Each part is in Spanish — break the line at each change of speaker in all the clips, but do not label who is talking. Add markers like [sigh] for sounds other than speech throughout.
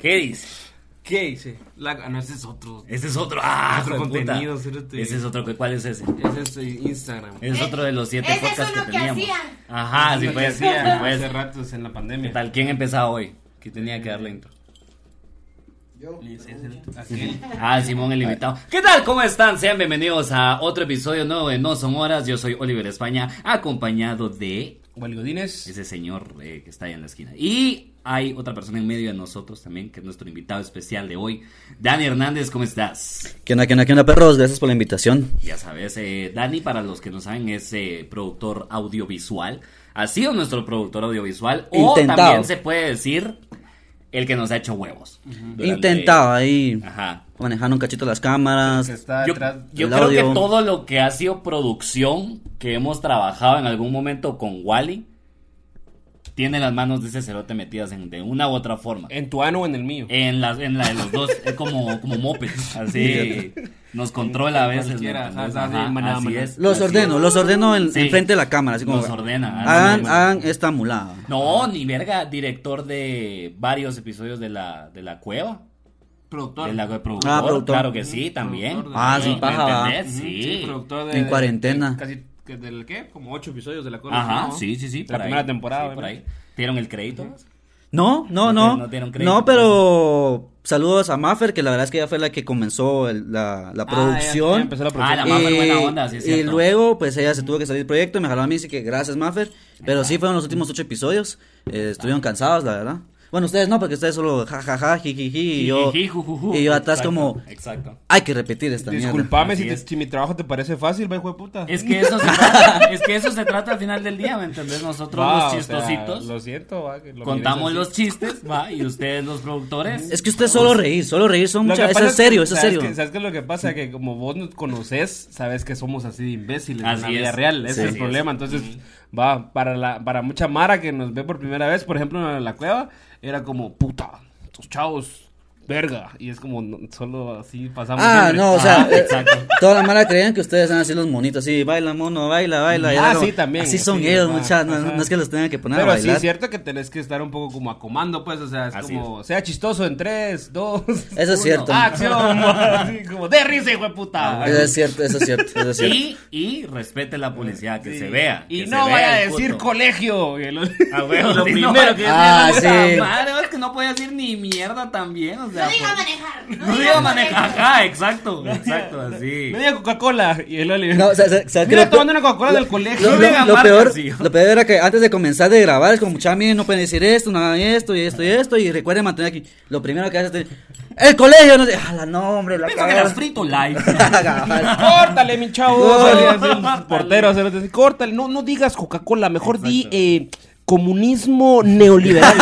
¿Qué dice?
¿Qué hice? La- ah, no, ese es otro.
Ese es otro. Ah,
Otro
hijo de puta.
contenido, cérate.
Ese es otro. ¿Cuál es ese?
Es este Instagram.
Ese es otro de los siete
Eh, Ese es
podcasts
uno
que
que
teníamos.
hacía.
Ajá, sí
Lo que
pues.
[laughs]
sí
hacía Hace
pues.
ratos en la
¿Qué
pandemia.
tal? ¿Quién empezaba hoy? Que tenía que darle intro.
Yo.
Ese es el- aquel.
Ah, Simón el invitado. ¿Qué tal? ¿Cómo están? Sean bienvenidos a otro episodio nuevo de No Son Horas. Yo soy Oliver España, acompañado de
Huelgodines.
ese señor eh, que está ahí en la esquina. Y hay otra persona en medio de nosotros también, que es nuestro invitado especial de hoy. Dani Hernández, ¿cómo estás?
¿Qué onda, qué onda, qué onda, perros? Gracias por la invitación.
Ya sabes, eh, Dani, para los que no saben, es eh, productor audiovisual. Ha sido nuestro productor audiovisual. O
Intentado.
también se puede decir el que nos ha hecho huevos. Durante-
Intentaba ahí
Ajá.
manejando un cachito las cámaras.
Que está
Yo,
atrás.
yo
del
creo que
audio.
todo lo que ha sido producción que hemos trabajado en algún momento con Wally tiene las manos de ese cerote metidas en, de una u otra forma.
En tu ano o en el mío.
En la, en la de los dos, es como, como moped,
[laughs]
así nos controla a veces. ¿me
Cualquiera,
entendés?
ajá, así,
Ajá,
maná,
así
maná.
es,
Los
así
ordeno,
es.
los ordeno en,
Sí.
enfrente de la cámara. Así como, Ah,
Los ordena, Ah,
Hagan,
así es.
hagan esta mulada.
No, ni verga, director de varios episodios de la, de la cueva.
Productor.
De la de productor,
Ah, productor.
claro que sí, también.
Productor de-
Ah,
¿Me
sí, paja, va.
entendés?
Ujú,
Sí.
productor
En cuarentena.
de- casi que del qué? Como ocho episodios de la cosa.
Ajá,
¿no?
sí, sí, sí.
De
por
la
ahí.
primera temporada.
Sí, por ahí.
obviamente.
¿Dieron el crédito?
No,
No tiene-
no, no.
no
No,
dieron crédito pues. por
pero saludos a Maffer, que la verdad es que ella fue la que comenzó el- la, la
Ah, ya-
producción.
ya empezó la
Ah,
producción.
la Maffer,
Eh,
buena onda, sí es
Y
cierto.
luego, pues ella se tuvo que salir del proyecto y me jaló a mí, así que gracias, Maffer. Pero sí, fueron los últimos ocho episodios. eh, estuvieron cansados, la verdad. Bueno, ustedes no, porque ustedes solo jajaja, jijiji, y yo,
Jijiji, jujuju.
y yo atrás
Exacto,
como,
Exacto.
hay que repetir esta mierda.
Disculpame
Así
si, te-
es.
si mi trabajo te parece fácil, va, hijo de puta.
Es que, eso se
[laughs]
trata, es que eso se trata al final del día, ¿me entendés? Nosotros
Va,
los
o sea,
chistositos
lo siento, va. que lo
contamos
miréis así.
los chistes, ¿va? Y ustedes los productores.
Es que usted solo reír, solo reír son
Lo que
muchas. Eso
pasa
es serio,
que-
eso es
¿sabes
serio.
qué- ¿Sabes qué es lo que pasa? Que como vos nos conoces, sabes que somos así de imbéciles
Así
en la vida
es.
real.
Sí,
Ese es
así
el problema.
es.
Entonces, va, para la para mucha mara que nos ve por primera vez, por ejemplo, en la cueva, era como, puta, estos chavos, verga. Y es como, no, solo así pasamos.
Ah,
siempre.
no, o sea,
Ajá,
eh,
exacto.
toda la mala creían que ustedes son así los monitos, así, baila mono, baila, baila. y
Ah,
era como-
sí, también,
Así son
sí,
ellos,
va,
muchachos, no,
ajá.
no es que los tengan que poner
Pero
a
sí
bailar.
es cierto que tenés que estar un poco como a comando, pues, o sea, es
Así
como, sea chistoso en tres, dos, [laughs]
Eso es
uno,
cierto.
Ah,
Ah,
acción, [laughs] así como, de risa, hijo de puta.
Eso es cierto, eso es cierto, eso es cierto.
Y, y respete la publicidad, que
Sí.
se vea.
Y
que
no
se vea
vaya a
el
decir
puto.
colegio. que lo-
Ah, huevo,
[laughs] lo
sí,
primero
no,
que
ah,
es
sí.
la madre, es que no podía decir ni mierda también, o sea.
No diga
por-
manejar.
No diga manejar, ajá, exacto, exacto, así.
Me diga Coca-Cola. Y el Oliver.
No, o sea, o sea, o sea, que
Mira,
lo-
tomando una Coca-Cola del colegio.
Lo,
No
lo-
diga
lo
marcas,
peor,
sí.
lo peor era que antes de comenzar de grabar, es como muchachos, miren, no pueden decir esto, nada de esto, y esto, y esto, y recuerden mantener aquí. Lo primero que haces es el colegio, no sé, ah, la nombre, la
Pienso que
cagaron.
las frito live.
[laughs] Cabal.
Córtale, mi chavo.
Córtale.
Sale así el portero. o sea, dice, Córtale. No, no digas Coca-Cola. Mejor di eh, comunismo
[laughs]
neoliberal.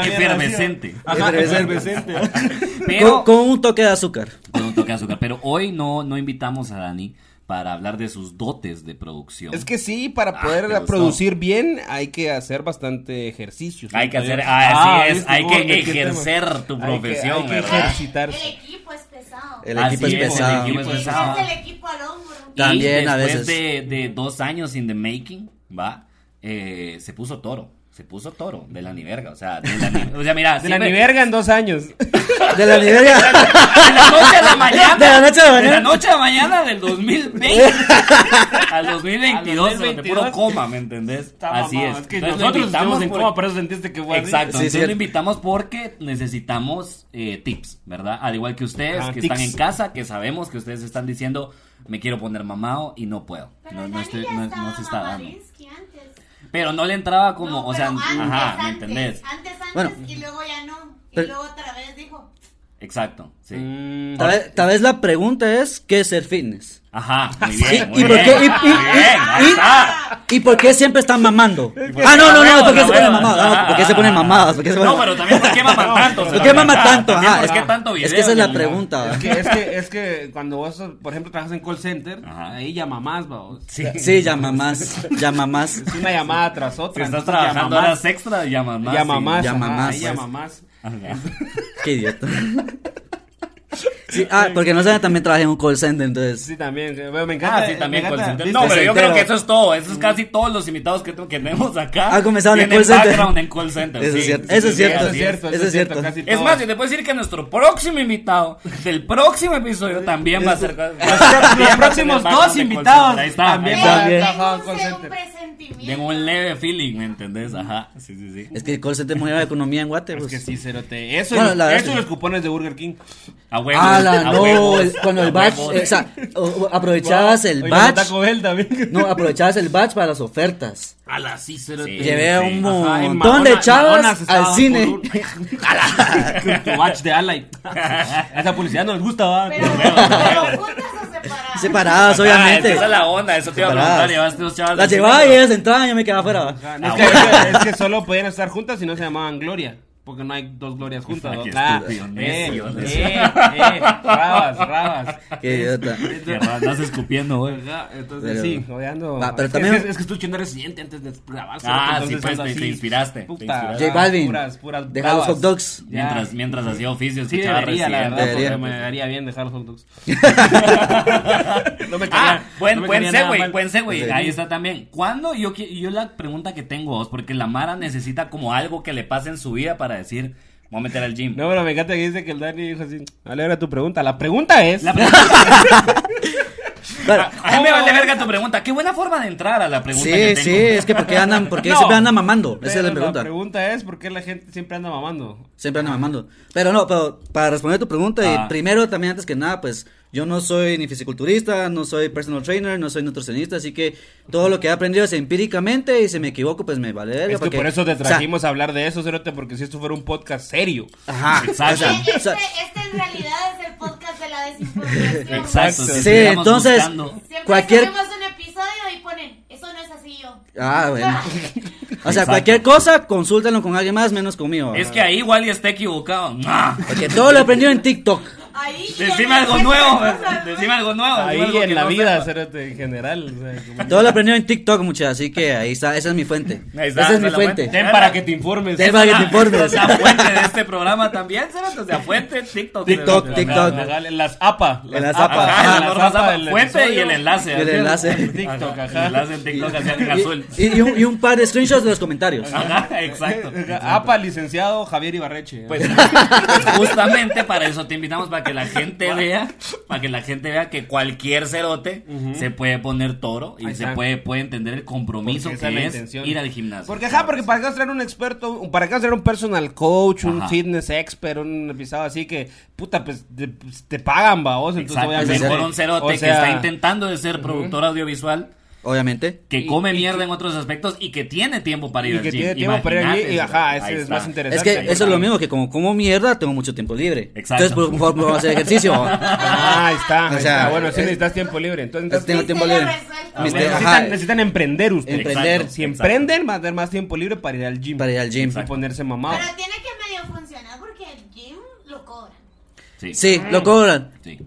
[laughs]
Efervescente.
Ajá,
Efervescente.
[laughs] Pero
Con- con un toque de azúcar.
con un toque de azúcar. Pero hoy no, no invitamos a Dani para hablar de sus dotes de producción.
Es que sí, para poder
Ah, te gustó.
producir bien hay que hacer bastante ejercicio.
hay
¿sí?
que hacer, ah, así es,
¿viste
hay
cómo metí
que
el tema?
ejercer tu
Hay que-
profesión,
hay que
¿verdad?
El
Ejercitarse.
equipo es pesado.
El
Así
equipo es
es, el
pesado.
equipo
Y
es
ese
pesado.
es el equipo al hombro.
Y
También a
después
veces.
De, de dos años in the making, va, Eh, se puso toro. Se puso toro de la ni verga. O sea, de la ni, o sea,
[laughs]
mira,
De la
siempre-
ni verga en dos años.
De
[laughs]
la librería.
De la noche a la mañana.
[laughs] De la noche a la
De la
mañana.
noche a la mañana del 2020
[laughs]
al 2022.
Al
pero de
2022.
puro coma, ¿me entendés? Así es.
Es que
Entonces, lo
nosotros
invitamos
estamos en
por-
coma, por eso sentiste que fue así.
Exacto,
Sí,
entonces
cierto.
lo invitamos porque necesitamos eh, tips, ¿verdad? Al igual que ustedes
Ah,
que
tips.
están en casa, que sabemos que ustedes están diciendo, me quiero poner mamado y no puedo.
Pero
No, no
Dani
estoy-
ya
no-
estaba
no se está dando.
mamadinsky antes.
Pero no le entraba como,
No,
o sea,
pero antes,
ajá, ¿me
antes,
entendés?
Antes, antes,
Bueno.
y luego ya no. Y
Pero-
luego otra vez dijo,
Exacto, sí.
Mm,
Tal vez, tal vez la pregunta es, ¿qué es ser fitness?
Ajá, muy
¿Y,
bien, muy
y por
bien.
qué,
Muy
y,
bien,
"Ah,
ahí
y- y-
está.
¿Y por qué siempre están
[laughs]
mamando?
por
Ah,
qué
no, no,
mamadas,
no, ¿por qué se ponen
mamadas?
mamadas? Ah, no, ¿Por qué se ponen mamadas? ¿Por qué se ponen
No, pero también por qué [laughs] maman tanto.
¿Por
se
qué
la
maman
verdad?
tanto?
También
Ajá,
¿Por qué tanto video?
Es que esa es la
ni-
pregunta.
Es que, es que, es que cuando vos, por ejemplo, trabajas en call center,
Ajá.
ahí llama más, vamos.
Sí.
[laughs] Sí, ya mamás, ya mamás.
Es una llamada tras
Si
otra.
estás
entonces,
trabajando
llama
horas
más.
extra, llama más.
Llama
sí.
más.
Llama
ajá,
más,
ahí
pues.
Llama más.
Ajá.
Qué idiota. Sí, ah, porque no saben, también trabajé en un call center, entonces.
Sí, también. que- bueno, me encanta.
Ah, sí,
eh,
también
[laughs] me
call
encanta.
center. No, pero yo
Discocentero.
creo que eso es todo. Eso es casi todos los invitados que, que tenemos acá.
Ah, comenzaron en
tienen
call center.
background en call center.
Eso es
sí.
cierto,
Sí,
eso es
sí,
cierto,
así
Eso es cierto.
eso es cierto.
casi
Es
todo.
más, yo te puedo decir que nuestro próximo invitado del próximo episodio también va a ser.
los próximos dos invitados
Ahí está,
también
ahí está.
van También.
Ajá,
Tengo
call
un
center.
presentimiento.
Tengo un leve feeling, ¿me entendés? Ajá, sí, sí, sí.
Es que el call center mueve la economía en Guate,
Es
pues.
que sí, cerote. Eso,
Bueno,
y-
la-
eso y los cupones de Burger King.
A huevos.
¡Hala,
a
Ah, no!
huevos,
el- cuando el
a
batch,
huevos.
eh, o sea, o- o aprovechabas el
Oye,
batch,
Taco Bell también.
[laughs] no, aprovechabas el batch para las ofertas.
A la sí, cerote.
Llevé a
Sí.
un
Ajá, en
montón
Madonna-
de
Madonna
chavas
se
al
estaba
cine.
por un- [laughs] ¡Ala! Con tu batch de Alight. [laughs] Esa publicidad no les gusta, va.
Pero, pero juntas o separadas.
Separadas,
Ah,
obviamente.
Esa es la onda, eso te iba a preguntar.
Separadas.
Llevaste dos chavas.
Las
del
llevaba y
centro.
ellas entraban y yo me quedaba afuera.
Ah, no, es, que, es que solo podían estar juntas si no se llamaban Gloria. Porque no hay dos glorias juntas.
Qué
¿no? Ah,
estúpido,
eh,
necio, necio.
eh, eh, rabas, rabas.
Qué idiota.
Qué raro, Andas escupiendo, güey.
[laughs] Ajá, Entonces
Pero-
sí, odiando.
Va, pero
es,
también-
que- es, que- es que estuve chingando residente antes de grabar.
Ah,
entonces
sí, pues,
ando
te- te
así,
inspiraste, te
puta,
inspiraste.
J Balvin,
puras- puras
deja los
bravas.
hot dogs.
Ya.
Mientras, mientras hacía oficio,
Sí,
escuchaba
debería, la verdad,
Residente.
Debería.
porque me daría bien dejar los hot
[laughs]
dogs. [laughs] no me
Ah, buen,
no me
buen
caería nada
segue,
mal.
buen segue,
Pues, Sí.
ahí está también. ¿Cuándo? Yo, qui- yo la pregunta que tengo vos, porque la Mara necesita como algo que le pase en su vida para decir, voy a meter al gym.
No, pero me encanta que dice que el Dani dijo así, vale, ahora tu pregunta. La pregunta es...
La
[laughs]
pregunta- [laughs]
Claro.
a mí me vale verga tu pregunta. Qué buena forma de entrar a la pregunta que
Oh. Sí,
tengo.
sí, es que porque andan, porque
No.
siempre andan mamando. Esa
Pero
es la pregunta.
pregunta es por qué la gente siempre anda mamando.
Siempre andan mamando. Pero no, pero para responder tu pregunta, y
Ah.
primero también antes que nada, pues yo no soy ni fisiculturista, no soy personal trainer, no soy nutricionista, así que todo lo que he aprendido es empíricamente y si me equivoco, pues me vale. verga,
Es que
porque-
por eso te
o sea,
trajimos a hablar de eso, Cerote, porque si esto fuera un podcast serio.
ajá,
Exacto.
o sea,
Este,
o sea,
este en realidad es el podcast de la desinformación.
Exacto.
Sí,
si estuviéramos
entonces-
buscando-
Siempre
Cualquier-
subimos un episodio y ponen, eso no es así yo.
Ah, bueno. O sea,
Exacto.
cualquier cosa, consúltenlo con alguien más, menos conmigo.
[laughs] Es que ahí Wally está equivocado.
[laughs]
¡Mua!
Porque todo lo he aprendido en TikTok.
[laughs] Ahí y en
Decime
la
algo
cuenta [laughs]
nuevo,
de cosas, ¿no?
decime algo nuevo. decime
Ahí
algo que
en la
no
vida,
sepa.
Cerote, en general. o sea, como-
Todo lo he aprendido en TikTok, muchachos, así que ahí está, esa es mi fuente.
Ahí está,
esa es
esa
mi
es la fuente.
fuente.
Ten para que te informes.
Ten para que te
[laughs]
informes.
La fuente de este programa también, Cerote, o sea, fuente, TikTok.
TikTok,
Cerote.
TikTok.
Ajá, ajá, Las APA.
En las APA.
Ajá,
Ajá,
la
las
norma
APA
zapa,
del
fuente y
episodio.
el
[laughs]
enlace.
Y el enlace.
En TikTok,
El
ajá.
enlace
[laughs]
en TikTok así en azul.
Y, y un, y un par de screenshots de los comentarios.
Ajá,
[laughs]
exacto.
APA, licenciado Javier Ibarreche.
Pues, pues justamente para eso te invitamos, para que la gente vea, para que la gente vea que cualquier cerote se puede poner toro y
Ahí
se
está.
puede, puede entender el compromiso
Porque esa es la
que es
intención.
ir al gimnasio.
Porque, ajá, porque para qué vas a traer un experto, para qué vas a traer un personal coach, un
Ajá.
fitness expert, un pisado así que, puta, pues te, pues, te pagan, va, vos, entonces
Exacto,
obviamente.
mejor un cerote
o
que
sea,
está intentando de ser productor audiovisual,
Obviamente.
que
Y-
come
y
mierda en otros aspectos y que tiene tiempo para ir
Y
al
que
gym.
tiene tiempo para ir allí,
Imagínate,
y ajá,
cerote.
ese
Ahí
es
está.
más
Es
interesante.
que eso es lo mismo que como como mierda tengo mucho tiempo libre.
Exacto.
Entonces, por favor, puedo hacer ejercicio.
Ah, ahí está.
O
ahí
sea,
está. Bueno, si
es-
necesitas tiempo libre, entonces.
Entonces, tengo
Misterio
tiempo libre.
resuelto.
Mister-
necesitan,
ajá,
necesitan emprender ustedes.
Empre- emprender.
Exacto,
Si
exacto.
emprenden, van a tener más tiempo libre para ir al gym.
para ir al gym.
Y ponerse mamado.
Pero tiene que medio funcionar porque el gym lo cobran.
Sí.
Sí, lo cobran.
sí.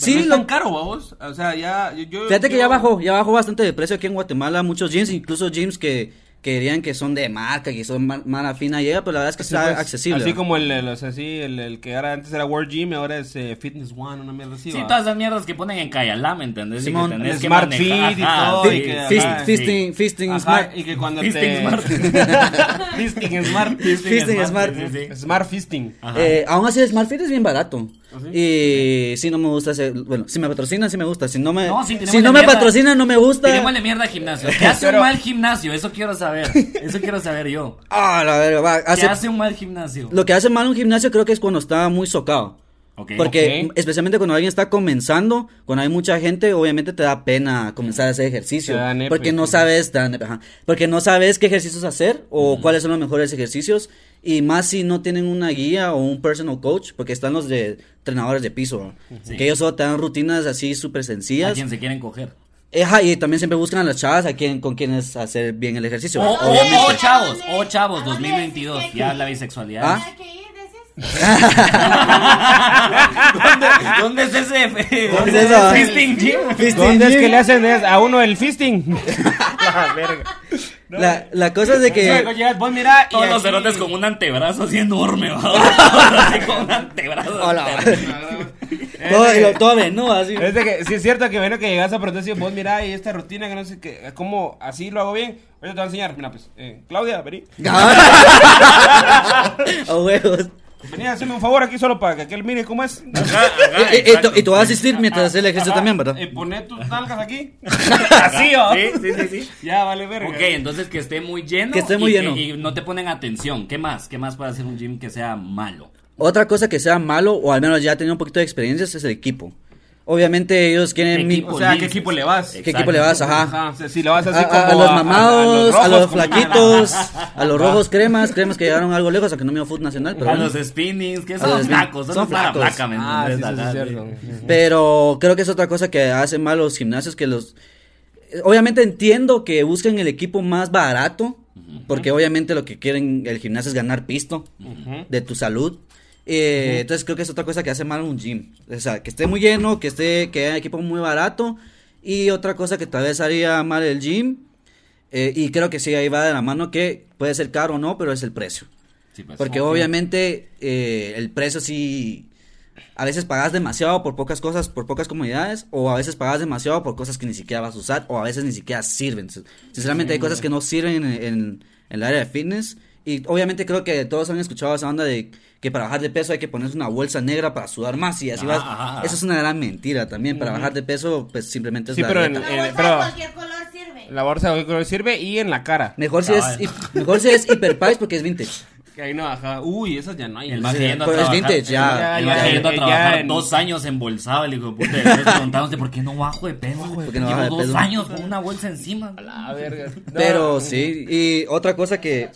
Sí,
no es tan
lo...
caro, vamos. O sea, ya. Yo, yo-
fíjate que
yo-
ya bajó, ya bajó bastante de precio aquí en Guatemala. Muchos gyms, incluso gyms que, que dirían que son de marca, que son mar- mala fina, llega, pero la verdad es que
Sí,
está
pues,
accesible.
Así como el, el- o sea, sí, el- el que ahora antes era World Gym, ahora es eh, Fitness One, una mierda así.
Sí,
¿va?
todas esas mierdas que ponen en Cayalá, ¿me entendés? Y
Simón,
que tenés
el
que
Smart
manejar.
Fit y
Ajá,
todo,
Fi-
y que-
fist-
ajá,
fisting, fisting
Ajá,
smart.
Y que cuando
Fisting
te.
Smart.
[laughs] Fisting Smart.
Fisting smart.
sí, sí, sí.
Smart Fisting.
Ajá. ¿Ah,
Eh, aún así, el Smart Fit es bien barato. Y si no me gusta ese- bueno, si me patrocinan, si me gusta. Si no me,
No, sí, tenemos
si
la
no me
mierda.
patrocinan, no me gusta.
Tirémosle mierda al gimnasio. ¿Qué hace
Pero-
un mal gimnasio? Eso quiero saber. Eso quiero saber yo.
Ah, la verga, va,
¿Qué
hace-
hace un mal gimnasio?
Lo que hace mal un gimnasio creo que es cuando está muy socado.
Ok.
Porque
Ok.
especialmente cuando alguien está comenzando, cuando hay mucha gente, obviamente te da pena comenzar a hacer ejercicio.
Te da nepe,
porque no
sí.
sabes, te da nepe, ajá. porque no sabes qué ejercicios hacer o cuáles son los mejores ejercicios. Y más si no tienen una guía o un personal coach, porque están los de entrenadores de piso.
Sí.
Que ellos solo te dan rutinas así súper
¿A
sencillas. Eh,
quién se quieren coger?
Ajá, y también siempre buscan a las chavas a quien, con quienes hacer bien el ejercicio.
O
¿verdad?
o-
Obviamente.
o chavos, o
¿A
chavos,
dónde
2022.
decís que-
Ya la bisexualidad.
¿Ah?
¿A qué ir, decís?
[laughs]
¿Dónde, ¿Dónde es ese?
¿Dónde es esa?
Fisting Gym?
Fisting
¿Dónde es
gym.
que le hacen es- a uno el
[laughs]
fisting? [laughs] La verga.
La, la cosa es de que...
Luego llegas, vos mira y
Todos los
aquí-
cerotes con [laughs] un antebrazo así enorme, ¿va? Así con un antebrazo.
Hola.
Eh, Es
Todo,
de-
lo- todo menudo, así.
Es de que, sí es cierto que bueno que llegas a protestar y vos mirá y esta rutina que no sé qué, cómo así lo hago bien. Ahorita te voy a enseñar, mira pues, eh, Claudia, vení.
[laughs] A huevos.
Vení a hacerme un favor aquí solo para que aquel mire cómo es.
Ah,
Y- y- Eh, y tú- Y tú vas a asistir mientras él ejerce también, ¿verdad?
Y Eh, poné tus nalgas aquí. [laughs] así, ¿o?
Sí, sí, sí, sí.
Ya, vale verga.
Ok, entonces que esté muy lleno.
Que esté muy
y
lleno.
y no te ponen atención. ¿Qué más? ¿Qué más puede hacer un gym que sea malo?
Otra cosa que sea malo, o al menos ya tenía un poquito de experiencias, es el equipo. Obviamente ellos quieren... Eh, mi-
Equipo,
O sea, ¿a qué
dices.
equipo le vas?
¿Qué equipo le vas? Ajá.
Ajá, o sea, si lo vas así
a, a- a
como
los mamados, a, los
rojos, como-
flaquitos, a los rojos cremas, cremas que llegaron algo lejos, aunque no me dio fútbol nacional, pero,
a
bueno.
los spinnings, que
A
son
los
los
spin-
flacos, son,
son
los flaca,
flacos.
flaca, ¿me
Ah, sí,
entiendes?
sí,
Ajá, sí.
sí, es cierto.
pero creo que es otra cosa que hacen mal los gimnasios que los obviamente entiendo que busquen el equipo más barato, porque obviamente lo que quieren el gimnasio es ganar pisto de tu salud. Eh, Entonces creo que es otra cosa que hace mal un gym. O sea, que esté muy lleno, que esté, que haya equipo muy barato. Y otra cosa que tal vez haría mal el gym, eh, y creo que sí, ahí va de la mano, que puede ser caro o no, pero es el precio.
Sí, pues.
Porque obviamente eh, el precio sí... A veces pagas demasiado por pocas cosas, por pocas comunidades, o a veces pagas demasiado por cosas que ni siquiera vas a usar, o a veces ni siquiera sirven. Sin- Sinceramente hay cosas que no sirven en, en el área de fitness. Y obviamente creo que todos han escuchado esa onda de que para bajar de peso hay que ponerse una bolsa negra para sudar más y así
Ajá,
vas.
ajá, ajá.
Eso es una gran mentira también. Para bajar de peso, pues simplemente es
Sí,
la
pero en-
dieta.
Una
Eh,
bolsa
pero-
de cualquier color sirve.
La bolsa de color sirve y en la cara.
Mejor si es,
Cabal.
hip- mejor si es hiperpice porque es vintage.
Que ahí no baja. Uy, esas ya no hay.
El más
Sí,
yendo a
pero es
trabajar,
vintage, ya,
El más
ya,
yendo a
ya,
trabajar
ya en-
dos años embolsado, el hijo de puta. y después preguntándote por qué no bajo de peso.
¿Por qué no
Llevo
baja de
dos
peso?
años con una bolsa encima.
A ver,
Pero sí, y otra cosa que...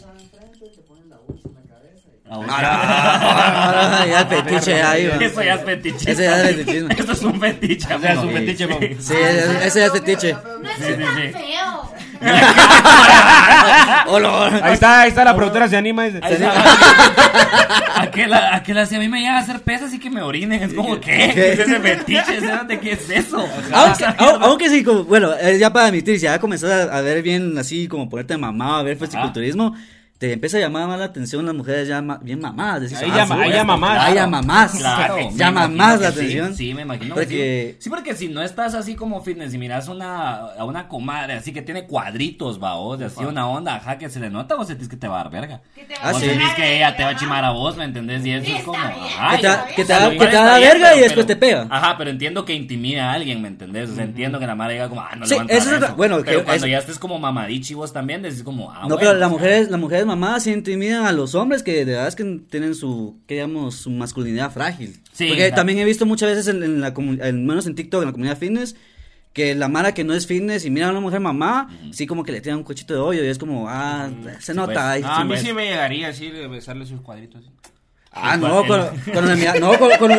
Ah, [laughs] ya el fetiche ahí, va.
Eso ya es fetichismo.
Ese ya es
[laughs]
fetichismo.
Eso es un fetiche.
sea, es
amigo.
un fetiche, vamos.
Sí. [laughs]
Sí, ese ese ya es fetiche.
No es
Sí, sí,
tan
sí.
feo.
Olor.
Ahí está, ahí está, la productora se anima. y dice,
Ahí está. [laughs] aquel, aquel así, a mí me llega a hacer pesas así que me orinen. Es como, ¿qué?
¿Qué?
¿Qué es ese fetiche? ¿Sabes ¿De qué es eso? [laughs]
Aunque,
Esa
au-
mierda.
aunque sí, como- bueno, eh, ya para admitir, si ya comenzás a, a ver bien así, como ponerte mamado, a ver fisiculturismo, te empieza a llamar más la atención las mujeres ya ma- bien mamadas. Decís,
Ahí
ah,
ya
sí,
ma- ahí ya
esto,
mamás.
Ahí ya mamás.
Claro, me
Llama
imagino
más
que
la
sí,
atención.
Sí, me imagino. que
Porque-
sí. sí, porque si no estás así como fitness y miras una, a una comadre así que tiene cuadritos, va, vos, de así una onda, ajá, que se le nota, vos sentís que te va a dar verga.
Que te va
Ah,
vos
sí.
sentís que ella te va a
¿verdad?
chimar a vos, ¿me entendés? Y eso
Sí,
es
está
como,
bien.
ajá,
Que te da-
ya-
que te da-
a lo mejor
que te da
está bien,
verga y
pero- pero-
después te pega.
Ajá, pero entiendo que intimida a alguien, ¿me entendés? O sea, entiendo que la madre diga como, ah, no
Sí,
levantar
eso es otra- bueno,
Pero
que
cuando
es-
ya estés como mamadichi vos también, decís como, ah,
no,
bueno,
pero las
o sea,
mujeres, las mujeres mamadas se intimidan a los hombres que de verdad es que tienen su, que digamos, su masculinidad frágil.
Sí,
Porque
exacto.
también he visto muchas veces en, en la comu- en- menos en TikTok, en la comunidad fitness, que la mara que no es fitness y mira a una mujer mamá, sí como que le tiran un cochito de hoyo y es como, ah, se
sí,
nota.
pues.
ay,
Ah, a mí
sí,
sí me llegaría así de besarle sus cuadritos. así.
Ah, no,
Igual,
con, con la mirada, no, con, con,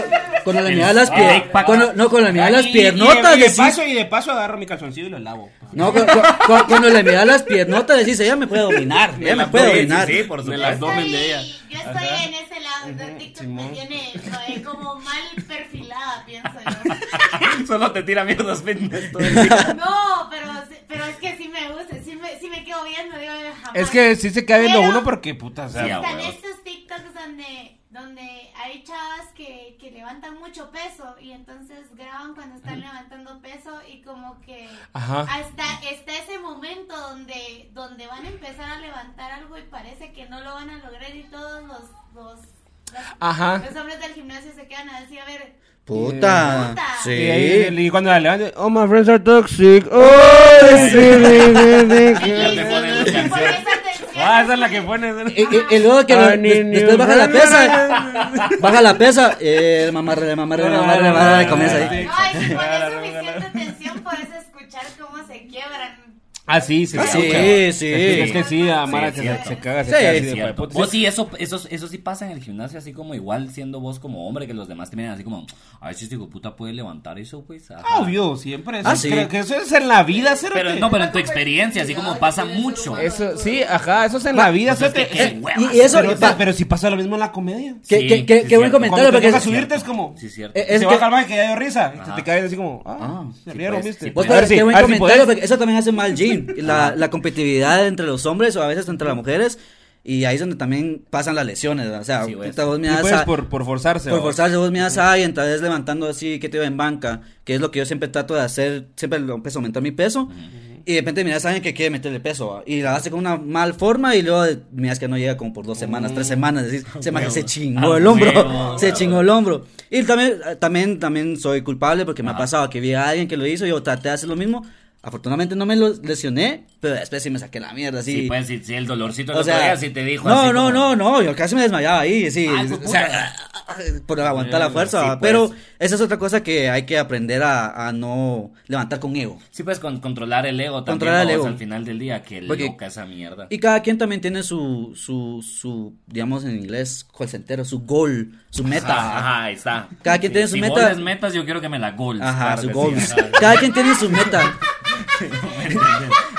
con
[laughs]
la
El
mirada de las
six
piernas,
pack.
no, con la mirada de las
Y- y-
piernotas,
Y, de
decís-
paso, y de paso agarro mi calzoncillo y lo lavo.
no, con, con, con- cuando le mirada de las piernotas, decís, ella me
[laughs]
puede dominar, ella me
la-
puede
sí, sí,
dominar.
Sí, por
Me
supuesto.
las domen
Estoy-
de ella.
Yo estoy en ese lado, entonces TikTok me tiene eh, como mal perfilada, pienso
[laughs]
yo.
[laughs] Solo te tira mierdas fitness todo el día.
No, pero, pero es que sí me gusta, sí me, sí me quedo viendo, digo, jamás.
Es que sí se cae viendo
Pero-
uno porque puta, o sea,
Sí, a
Están
huevo.
estos TikToks donde, donde hay chavas que, que levantan mucho peso y entonces graban cuando están levantando peso y como que
Ajá.
hasta está ese momento donde, donde van a empezar a levantar algo y parece que no lo van a lograr y todos los, los, las-
Ajá.
los hombres del gimnasio se quedan así a ver.
Puta,
Puta.
sí.
Y, ahí- y cuando la levanto, oh, my friends are [laughs] toxic. Oh, sí,
Y-
Ya te
y- y-
ponen la
y por
canción.
esa tensión
Ah, esa es
así
la que pones.
Y, y- y luego que lo-
Ay,
des-
Ah, ni-
después
ni-
baja la pesa, baja la pesa, eh, mamarre, mamarre, mamarre, mamarre, comienza ahí.
No, y
[laughs]
si pones suficiente tensión puedes escuchar cómo se quiebran.
Ah, sí, sí,
Ah, sí, sí.
Es que sí, a
Sí,
Mara
es
que se,
cierto.
se caga, se
pues, Sí,
caga. así
es
de
Cierto.
puta.
Vos sí, eso, eso, eso sí pasa en el gimnasio, así como igual siendo vos como hombre, que los demás te miran así como, a ver si este hijo de puta puede levantar eso, pues. ajá".
Obvio, siempre. Eso,
Ah,
es-
sí.
Creo que eso es en la vida, cerote.
Pero no, pero en tu experiencia, así como pasa mucho.
Eso, sí, ajá, eso es en la vida,
Entonces,
cerote.
que- que
Eh,
huevas.
y- y eso-
pero,
pa-
pero si pasa lo mismo en la comedia.
Qué,
Sí,
qué- qué-
sí,
qué buen
cierto.
comentario,
Cuando te
porque
toca
es-
subirte es como-
Sí, cierto.
Eh, Es
se
que-
baja el baile que ya dio risa.
Ajá.
Te, te caes así como, ah,
Ah,
se
sí,
rieron,
pues,
viste.
sí,
Vos
pues.
A ver
sabés,
si-
qué buen
a ver si
comentario,
podés.
porque eso también hace mal Jim. La, la competitividad entre los hombres o a veces entre las mujeres Y ahí es donde también pasan las lesiones, ¿verdad? O sea,
Sí, güey.
puta, vos me
Y
das
pues
a-
por, por forzarse.
por
¿va?
forzarse, vos miras a alguien, tal vez levantando así, que te iba en banca, que es lo que yo siempre trato de hacer, siempre lo empiezo a aumentar mi peso, y de repente miras a alguien que quiere meterle peso, ¿va? y la hace con una mal forma, y luego eh, miras que no llega como por dos semanas, tres semanas, decís, se, me- se chingó
Ah,
el hombro,
huevo.
[laughs] se chingó el hombro. Y también, eh, también, también soy culpable porque me
Ah.
ha pasado que vi a alguien que lo hizo, yo traté de hacer lo mismo, afortunadamente no me lo lesioné, pero después sí me saqué la mierda, así.
Sí, pues, si, si el dolorcito del
O
otro
sea,
día sí te dijo
no,
así
no,
como-
no, no, yo casi me desmayaba ahí, sí,
Ay, hijo
o sea, por aguantar la
Sí,
fuerza,
sí,
¿va?
pues.
pero esa es otra cosa que hay que aprender a, a no levantar con ego.
Sí, pues, con, controlar el ego también.
Controlar el
vamos,
ego.
Al final del día, que
Porque-
loca esa mierda.
Y cada quien también tiene su, su, su, digamos en inglés, colcentero, su goal, su
Ajá,
meta.
ajá, ahí está.
Cada quien
Sí,
tiene su
si
meta.
vos les metas, yo quiero que me la goals.
Ajá,
claro
su
que
goal.
sí,
[laughs]
ajá.
Cada quien tiene su meta.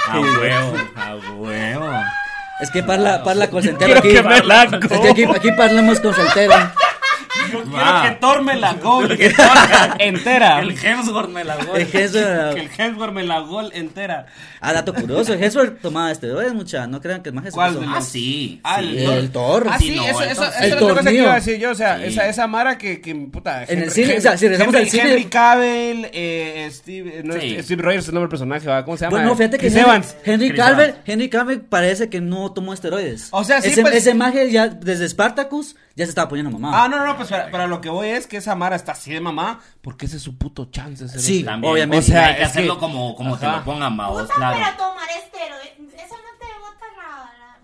A huevo, a huevo.
Es que parla, parla
Quiero
colcentero aquí.
que me la
Es que aquí, aquí parlamos colcentero.
Va.
Quiero que torme [laughs] la gol entera.
El Hemsworth me la gol.
El
[laughs]
Que el
Hensworth-
Hemsworth me la gol entera.
ah, dato curioso, el Hensworth tomaba esteroides, mucha, no crean que es más
¿Cuál
Jesús.
de
Ah, sí.
Ah,
sí.
el-
El Thor.
Ah,
Sí,
sí,
no,
eso, eso,
entonces-
eso es
El
otra cosa que
tornillo.
iba a decir yo, o sea,
Sí.
esa, esa mara que, que, puta...
En el cine, o sea, si regresamos
Henry-
al cine-
Henry Cavill, eh, Steve, eh, no,
Sí.
Steve Rogers es el nombre del personaje, ¿va? ¿cómo se llama?
Bueno, no, fíjate que
Chris
Henry,
Evans.
Henry
Chris
Cavill-
Evans.
Henry Cavill parece que no tomó esteroides.
O sea, sí,
ese,
pues-
ese maje ya desde Spartacus ya se estaba poniendo mamá.
Ah, no, no, no, pues para, para lo que voy es que esa mara está así de mamá, porque ese es su puto chance. ese
Sí,
es-
También,
obviamente.
o sea, hay que
es que-
hacerlo como, como te
Ajá.
lo pongan, ma, vos,
Puta,
claro.
pero tomar esteroides, eso no te bota la, la-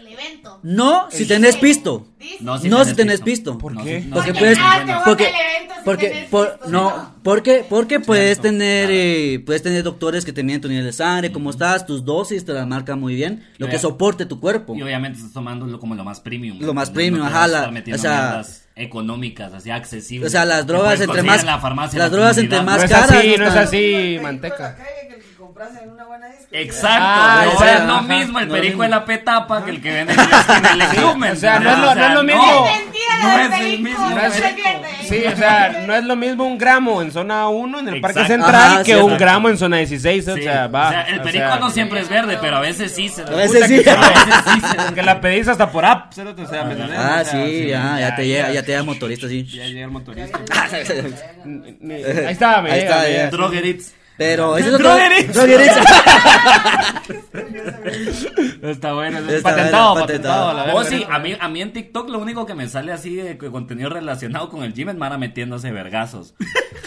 el, el evento.
No, si
Dice-
tenés pisto.
dice-
No,
No, si tenés pisto.
¿Por
No,
qué?
si- no,
Porque
si
puedes,
tenés
ah, te
buenos.
voy-
porque,
el evento si
porque,
tenés
por-
pisto,
no,
¿no?
porque, porque puedes tener,
claro.
eh, puedes tener doctores que te miden tu nivel de sangre, cómo estás, tus dosis te las marcan muy bien, lo
Yo
que
ya-
soporte tu cuerpo.
Y obviamente estás tomándolo como lo más premium.
Lo más
No
premium,
te
ajá,
vas a
la-
estar metiendo
o sea-
mierdas económicas, así accesibles.
O sea, las
que
drogas
puedes
entre
conseguir
más-
en la farmacia,
las
en la
drogas entre
comunidad.
más
No es
caras,
así,
no
no es
están-
así,
La
manteca.
calle que el que compras en una buena disco.
Exacto,
Ah,
no,
o
o
sea,
sea, es lo
ajá,
mismo el
no
perico
lo
de la petapa que el que vende en la esquina del legumen.
o sea, no es lo- no es lo mismo.
no,
Es mentira lo
no
del
es el
perico,
mismo.
no
No es-
se pierde.
Sí, o sea, no es lo mismo un gramo en zona 1 en el Parque
Exacto.
Central
Ajá,
que
sí,
un
exacto.
gramo en zona 16, o
Sí,
sea, va.
o sea, el
o
perico
sea,
no siempre es verde, pero a veces sí se
A veces
puta
sí.
que-
A [laughs] veces sí se
Que la pedís hasta por app, cerote, o sea, ¿me entendés?
Ah,
O sea,
sí, ya, ya te llega, ya te llega motorista,
Ya
sí.
llega el motorista.
Exacto.
Ahí está, me
Ahí
llega,
está,
me
ya.
llega.
Drogerits.
[laughs] Pero eso
Drogueris. Está bueno,
Está
patentado,
bueno,
patentado. a la
Vos
verga.
sí, a mí, a mí en TikTok lo único que me sale así de que contenido relacionado con el gym es Mara metiéndose vergazos.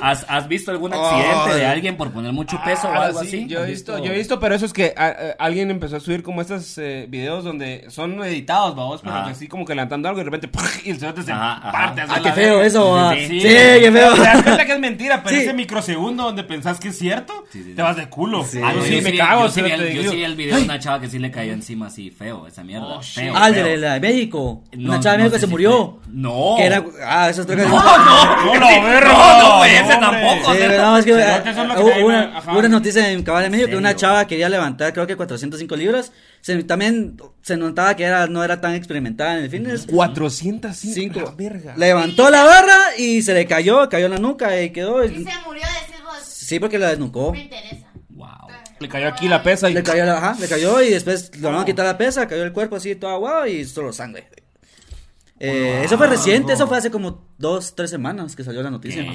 ¿Has, has visto algún accidente de alguien por poner mucho peso o
Oh, Ah,
algo
sí,
así?
Yo he
¿Has
visto, yo he visto, pero eso es que ah, ah, alguien empezó a subir como estos eh, videos donde son editados, babos, pero
Ajá.
que así como que levantando algo y de repente ¡pum! y el cerote se
Ajá, ajá.
parte. hacia
Ah,
la
qué
verga.
feo eso, ah.
sí,
sí,
sí.
qué
Pero Te das
feo.
cuenta que es mentira, pero
Sí.
ese microsegundo donde pensás que es cierto,
Sí, sí, sí.
te vas de culo. Ah,
Ah,
no,
yo
sí, me
vi-
cago,
Yo sí, vi
cerote,
el, yo
digo,
sí vi el video de una chava que sí le cayó encima así, feo, esa mierda.
Oh, shit.
feo,
Ah, el
feo.
de la de México.
No,
Una chava
no
de México
sé
que se
si
murió.
fue- [laughs] No.
Que era, ah, eso es otra
No, [laughs]
cosa.
no,
Oh. No,
no,
la verga,
no, no, güey,
no,
ese
hombre.
tampoco.
Sí,
ese-
no, es que,
Cerote,
ah,
eso es lo que
hubo
hay,
una,
ajá.
hubo una noticia en Cabal de México que una
serio?
chava quería levantar creo que 405 libras. Se- también se notaba que era, no era tan experimentada en el fitness.
405.
Cinco.
la verga.
Levantó la barra y se le cayó, cayó en la nuca y quedó.
Y se murió, decís vos,
Sí, porque la desnucó.
me interesa.
Wow.
Le cayó aquí la pesa y
Le cayó, la, ajá, le cayó y después le van a quitar la pesa, cayó el cuerpo así todo aguado y solo sangre. Eh, Eso fue reciente, eso fue hace como dos, tres semanas que salió la noticia.
Qué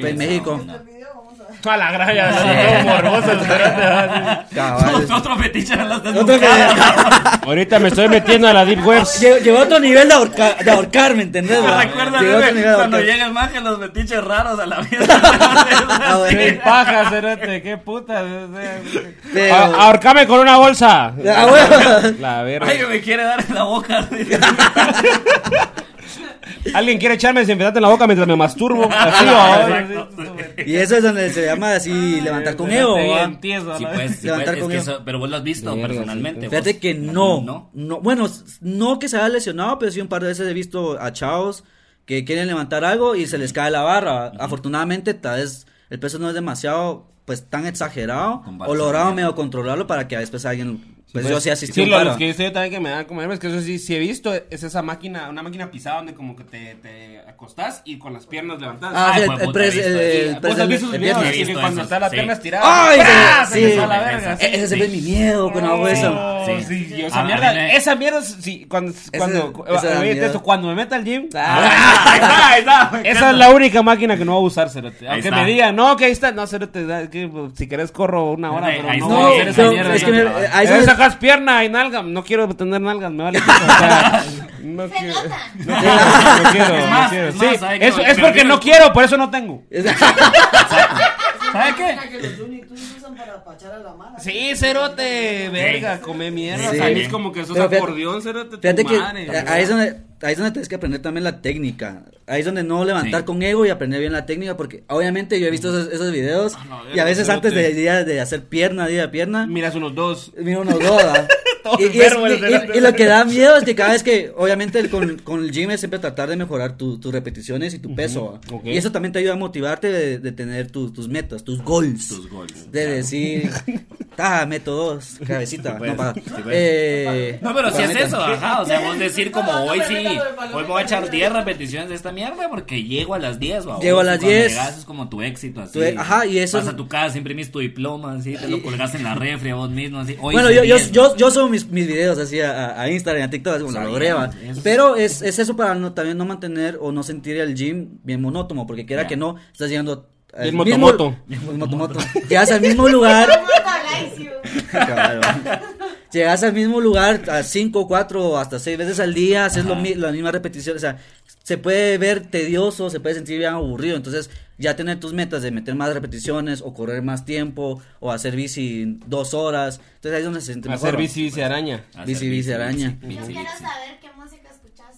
Fue
loco
en
esa
México.
[laughs] onda.
toda la graya, todo
[laughs]
morboso, el cerote,
ah,
así.
Cabal.
Otro fetiche eran las
Otro que-
Ahorita me estoy metiendo a la deep web.
Llegó, llegó a otro nivel de, ahorca- de ahorcarme, ¿entendés?
Yo
va?
Ah, recuerdo
Llegó a otro
güey,
nivel de
cuando
ahorcar.
llega el maje los metiches raros a [laughs] la mierda.
Ah, bueno.
Qué paja, cerote, qué puta.
Pero-
Ah, Ahorcame con una bolsa.
Ah, bueno.
La verga.
Ay, que me quiere dar en la [laughs] boca.
Alguien quiere echarme desinfectante en la boca mientras me
[laughs]
masturbo. Así,
Exacto.
Y eso es donde se llama
Ah,
así levantar con ego. va.
Sí,
[laughs]
pues, sí,
Levantar
pues, es
con
que
eso.
eso- pero vos lo has visto
Verga,
personalmente.
Fíjate
vos.
que no,
¿No?
no, bueno, s- no que se haya lesionado, pero sí un par de veces he visto a chavos que quieren levantar algo y se les cae la barra. Afortunadamente, tal vez el peso no es demasiado, pues tan exagerado, o
Comparación.
lograron medio controlarlo para que después alguien Pues yo sí asistí
Sí,
a un
lo,
paro.
los que yo estoy también que me dan como nervios, que eso sí, sí he visto, es esa máquina, una máquina pisada donde como que te, te acostás y con las piernas levantadas.
Ah,
Ay,
sí,
pues,
el, el
puta,
pres-
listo,
el-
sí.
el
¿Vos has
pres-
visto
el-
sus
el
videos?
viernes.
He
Sí, que
visto
cuando
esos,
están las
sí.
piernas tiradas.
¡Ay!
¡pra!
se-
Se les
sí.
va la verga.
Sí.
E- Ese siempre es mi miedo cuando hago
Sí.
eso.
Sí.
Sí, yo
A
esa
mí
mierda,
me-
esa mierda, sí, cuando, cuando,
esa da
oye,
miedo.
eso, cuando me meta al gym,
Ah, ahí está, [laughs] ahí está, me
esa es
encanta.
la única máquina que no voy a usar, Cerote.
Ahí
Aunque
está.
me digan, no, que ahí está, no, Cerote, da- que, pues, si querés corro una hora,
Ahí
pero
está,
no,
ahí
voy a hacer
está.
esa
No,
mierda.
es que
no.
me-
eh, ahí
Ahí
sí-
sacas pierna y nalga, no quiero tener nalgas, me vale.
[laughs]
pito, o sea, no [laughs]
Se
quiero.
nota.
No quiero, no quiero,
Es
no
más,
quiero.
es
Sí,
más, hay que-
es, es
pero
porque
tienes-
no quiero, por eso no tengo.
¿Sabe qué?
Mira que los Looney Tunes usan para pachar a la mala.
Sí, cerote, verga, come mierda.
Sí.
salís
Salís
como-
como que sos
Pero fíjate-
acordeón, cerote,
[laughs]
tu
Fíjate que
madre,
a- ahí es, donde, ahí es donde tienes que aprender también la técnica. Ahí es donde no levantar
Sí.
con ego y aprender bien la técnica. Porque obviamente yo he visto esos, esos videos.
Ah, no,
y a veces
cerote.
antes de, de- de hacer pierna, día a pierna,
Miras unos dos.
mira uno
[laughs]
duda.
Todo
y, y es-
enfermo el
y-
cerote.
y- y lo que da miedo es que cada vez que, obviamente, el- con, con el gym es siempre tratar de mejorar tu- tus repeticiones y tu peso. ¿va?
ok.
Y eso también te ayuda a motivarte de, de tener tus- tus metas, tus goals.
Tus goles.
De decir, ah, meto dos, cabecita.
puedes,
no, para,
sí puedes.
eh,
No, pero si es
planeta.
eso, ajá. O sea,
[laughs]
vos decir como
No, no,
hoy
no,
sí,
no, no, no, no,
hoy
no,
voy a
no, no,
echar
no,
10
no, no.
repeticiones de esta mierda porque llego a las 10, babos.
Llego a las
Y cuando
10.
Llegas es como tu éxito, así.
Tu e- ajá, y eso-
Vas a tu casa, imprimís tu diploma, así, te lo colgas en la refri a vos mismo, así. Hoy
Bueno,
hice
yo, yo,
10,
yo, yo subo mis, mis videos así a, a- a Instagram, a TikTok, así como lo logré, va.
eso.
Pero es, es eso para no, también no mantener o no sentir el gym bien monótono, porque quiera
Ya.
que no, estás llegando al
Bien motomoto.
[laughs] mismo- motomoto. Llegas al mismo lugar.
[laughs] ¿Cómo habláis, you?
Claro. Llegas al mismo lugar a 5, 4 o hasta 6 veces al día, haces lo, mi- la misma repetición, o sea, se puede ver tedioso, se puede sentir bien aburrido, entonces ya tener tus metas de meter más repeticiones o correr más tiempo o hacer bici dos horas, entonces ahí es donde se siente mejor.
Hacer bici, bici araña.
hacer
bici, bici, araña.
bici,
Yo
bici,
quiero
bici.
saber qué música escuchas.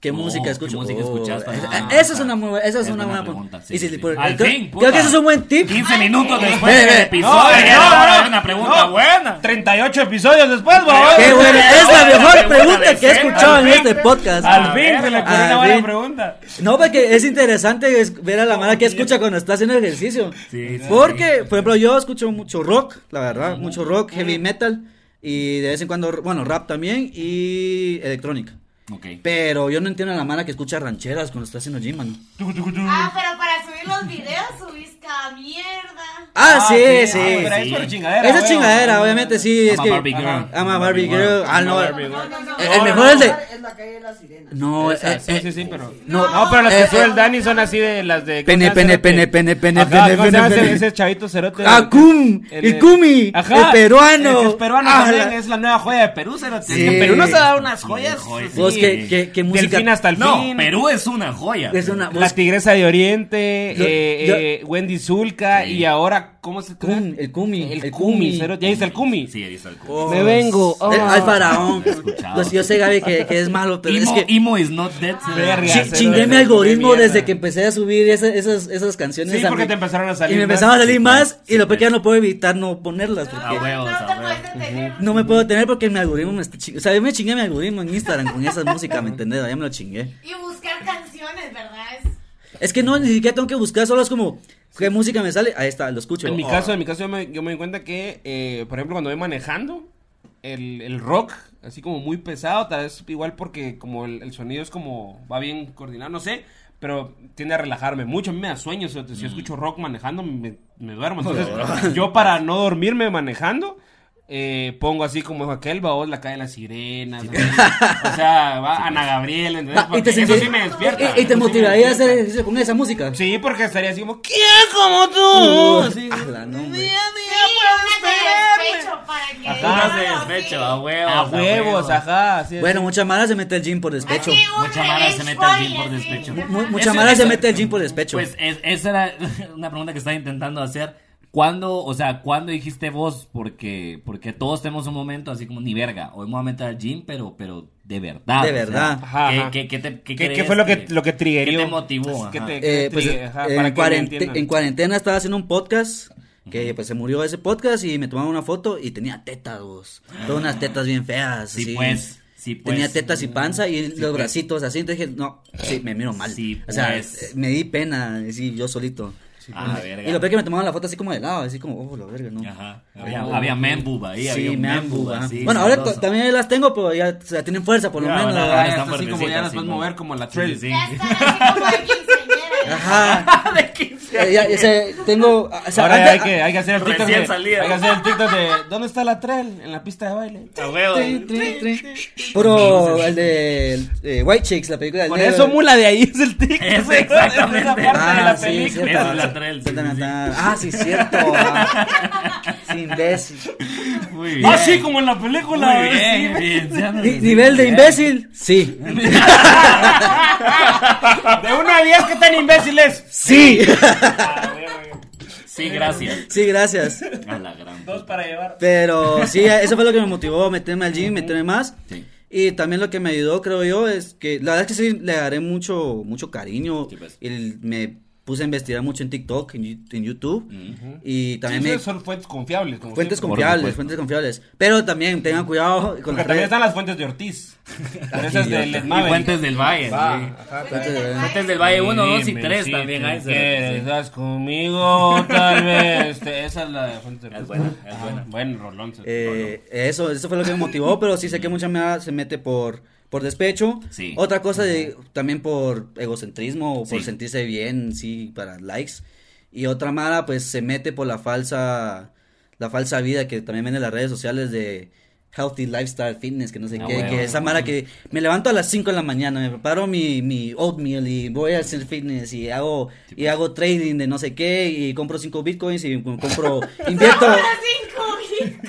¿Qué
No,
música
Oh, ¿qué
escucho?
música escuchas para-
eh,
Ah,
eh, esa es
para-
una, muy bu- esa
es
es una
buena
buena
pregunta, sí,
y si
sí,
le pon-
sí. Al
creo,
fin,
creo
puta.
que ese es un buen tip.
15 minutos después
Ve,
del
ve.
episodio.
No,
ya,
no, no.
una pregunta
No.
buena.
38 episodios después, babón.
Qué buena, es la
Buena
mejor
pregunta
pregunta
de
que he
Fer,
escuchado en
al fin.
este podcast.
Al fin se le ocurrió
Al
una buena
fin.
pregunta.
No, porque es interesante es- ver a la mara que escucha cuando está haciendo ejercicio.
Sí, Mm. sí,
porque, por ejemplo, yo escucho mucho rock, la verdad, mucho rock, heavy metal y de vez en cuando, bueno, rap también y electrónica.
Ok.
Pero yo no entiendo a la mara que escucha rancheras cuando está haciendo gym, mano.
Ah, pero para subir los videos subís cada mierda.
Ah,
Ah,
sí,
sí,
sí.
ah, pero ahí
sí.
es por chingadera,
Esa es
weón.
chingadera, obviamente, sí.
I'm
es
a
que,
Barbie girl.
Ajá, I'm a Barbie
Barbie
girl.
girl.
Ah, no.
Barbie
El,
No, no, no.
el mejor es el de...
Es la calle de las sirenas.
No,
Esa,
eh,
sí,
eh,
sí, sí, pero.
no.
No, pero las
Eh,
que
eh.
sube el Dani son así de las de.
Pene,
¿cómo se llama,
pene, pene,
cerote?
pene, pene,
Ajá,
pene,
¿cómo se llama
pene,
ese-
pene.
Ese chavito cerote.
Ah, cum, el cumi, el peruano.
el que es peruano
Ah,
también,
la-
es la nueva joya de Perú, cerote.
Sí.
Es que Perú nos ha dado unas joyas.
Joyas.
Vos,
Sí.
¿qué, qué, qué música?
Delfín hasta el
No,
fin.
Perú es una joya.
Es una...
La
Vos,
Tigresa de Oriente,
Yo-
eh,
yo-
eh, Wendy Zulka
Sí.
y ahora, ¿cómo se
cum, el cumi,
El Kumi, cero- ya dice el Kumi.
Sí, ya dice el Kumi.
Oh,
Me vengo,
el-
ah.
Al faraón.
Lo he escuchado.
Los- [laughs] yo sé, Gaby, que, que es malo, pero
Imo,
es que... Ah,
Imo is not dead. se ve.
Verga,
chi-
cero-
Chingué mi
cero-
algoritmo
mierda.
desde que empecé a subir esa- esas, esas canciones.
Sí,
a
porque
mi-
te empezaron a salir
Y me
más.
empezaron a salir
Sí,
más.
pues,
Y lo
sí, pues.
pequeño no puedo evitar no
No,
ponerlas. Porque...
Ah,
no
huevos, ah,
te
huevos.
puedes detener.
No me puedo tener porque mi algoritmo me está chingando. O sea, yo me chingué mi algoritmo en Instagram con esa música, ¿me entendés? Ya me lo chingué.
Y buscar canciones, ¿verdad? Es-
Es que no, ni siquiera tengo que buscar, solo es como, ¿qué música me sale? Ahí está, lo escucho.
En mi
Oh.
caso, en mi caso yo me, yo me doy cuenta que, eh, por ejemplo, cuando voy manejando, el, el rock, así como muy pesado, tal vez igual porque como el, el sonido es como, va bien coordinado, no sé, pero tiende a relajarme mucho, a mí me da sueño, o sea, si yo
Mm.
escucho rock manejando, me, me duermo.
Pues
Entonces, yo para no dormirme manejando... eh, pongo así como aquel baúl, la calle de las sirenas. así. O sea, va Ana Gabriel, ¿entendés?
Va, pues. Ah, y te,
Porque eso
sentí-
sí me despierta.
y- y te
eso sí me
motivaría a hacer
despierta.
ejercicio con esa música.
Sí, porque estaría así como, ¿quién como tú?
Uh,
Sí,
ala, no, hombre.
Sí, una de despecho para que.
Ajá,
Unas de despecho, a Ah, huevos.
A huevos, ajá. así es.
Bueno, mucha mala se mete al gym por despecho.
Así, un
Mucha mala se
revenge
mete al
party,
gym por
así.
despecho.
Ajá.
Mu- mucha
Ese-
mala se
ese-
mete al gym por despecho.
Pues es- esa era [laughs] una pregunta que estaba intentando hacer. ¿Cuándo, o sea, cuándo dijiste vos? Porque, porque todos tenemos un momento así como ni verga. Hoy me voy a meter al gym, pero, pero de verdad.
De
o sea,
verdad.
Ajá,
¿qué-
ajá.
¿qué, qué te- qué
¿Qué-
crees
qué fue lo que- lo que triggerió?
¿Qué te motivó?
¿Qué
Ajá.
te-
Eh,
que
pues,
trigue, ajá,
eh,
para
en,
que me
cuarente-
entiendan.
en cuarentena estaba haciendo un podcast que pues se murió ese podcast y me tomaron una foto y tenía tetas, vos. Todas unas tetas bien feas.
Sí,
así.
pues. Sí, pues.
Tenía tetas y panza y los
pues.
bracitos así, entonces dije, no, sí, me miro mal.
Sí,
o sea,
pues.
eh, me di pena, sí, yo solito.
sí.
Ah, la verga.
Y lo peor que me tomaban la foto así como de lado, así como, oh, la verga, no.
Ajá. Había, había Membu ahí. había
Sí,
un
me han
Membu,
bugado.
así,
Bueno, ahora
sabroso.
to- también las tengo, pero ya o sea, tienen fuerza por lo
Ya,
menos.
ahora- ahora
¿verdad?
están
está así como
fuertecitas,
ya las
sí,
puedes
¿no?
mover como la
Sí,
trail.
sí.
Ya están así como de quinceañera.
[laughs]
Ajá. Eh, ya, o sea, tengo. o sea,
Ahora
antes- ah,
hay, que, hay que hacer el TikTok.
Recién
de-
salida.
Hay que hacer el TikTok de. ¿Dónde está la trail? En la pista de baile.
A huevo.
Trin, trin, trin. Puro el de eh, White Chicks, la película del
Por
negro. Ah,
eso mula de ahí [laughs] es el TikTok.
Es
¿no?
exactamente.
Es esa parte de la
sí,
película.
cierto.
Esa es la trail, sí,
Tan, tan,
sí,
tan. Ah, sí, cierto.
[laughs]
Ah, sí, imbécil. Ah,
Muy bien.
Así Ah, como en la película.
Muy bien,
sí.
bien, ya nos
Ni-
decimos,
nivel de
bien.
imbécil, sí.
De una a 10, ¿qué tan imbécil es?
[laughs] Sí.
Sí, gracias.
Sí, gracias.
A la gran.
Dos para llevar.
Pero sí, eso fue lo que me motivó a meterme al gym, meterme más.
Sí.
Y también lo que me ayudó, creo yo, es que la verdad es que sí le daré mucho, mucho cariño.
Sí, pues.
Y l- me puse a investigar mucho en TikTok, en, Yu- en YouTube. Y también
Sí,
me.
son fuentes confiables. Como
Fuentes
siempre.
confiables,
supuesto.
fuentes confiables. Pero también tengan cuidado [laughs] con
Porque
las
también
redes.
están las fuentes de Ortiz. Pero esas
Idiota.
del
Y Fuentes
Maverick.
del Valle. sí. Fuentes del Valle 1, 2 y 3 también hay.
¿Quieres? ¿Estás conmigo? Tal vez. Te- Esa es la de Fuentes de
Es
Ortiz.
buena, es
Ah,
buena.
Buen rolón. se-
Eh, eso, eso fue lo que me motivó, pero sí sé que mucha mierda se mete por, por despecho.
Sí.
Otra cosa de- también por egocentrismo o por
Sí.
sentirse bien, sí, para likes. Y otra mala, pues se mete por la falsa, la falsa vida que también viene en las redes sociales de healthy lifestyle fitness, que no sé
Ah,
qué,
bueno,
que esa
bueno.
mala que me levanto a las 5 de la mañana, me preparo mi, mi oatmeal y voy a hacer fitness y hago, y
pues.
hago trading de no sé qué y compro 5 bitcoins y compro,
[laughs]
[laughs] invierto.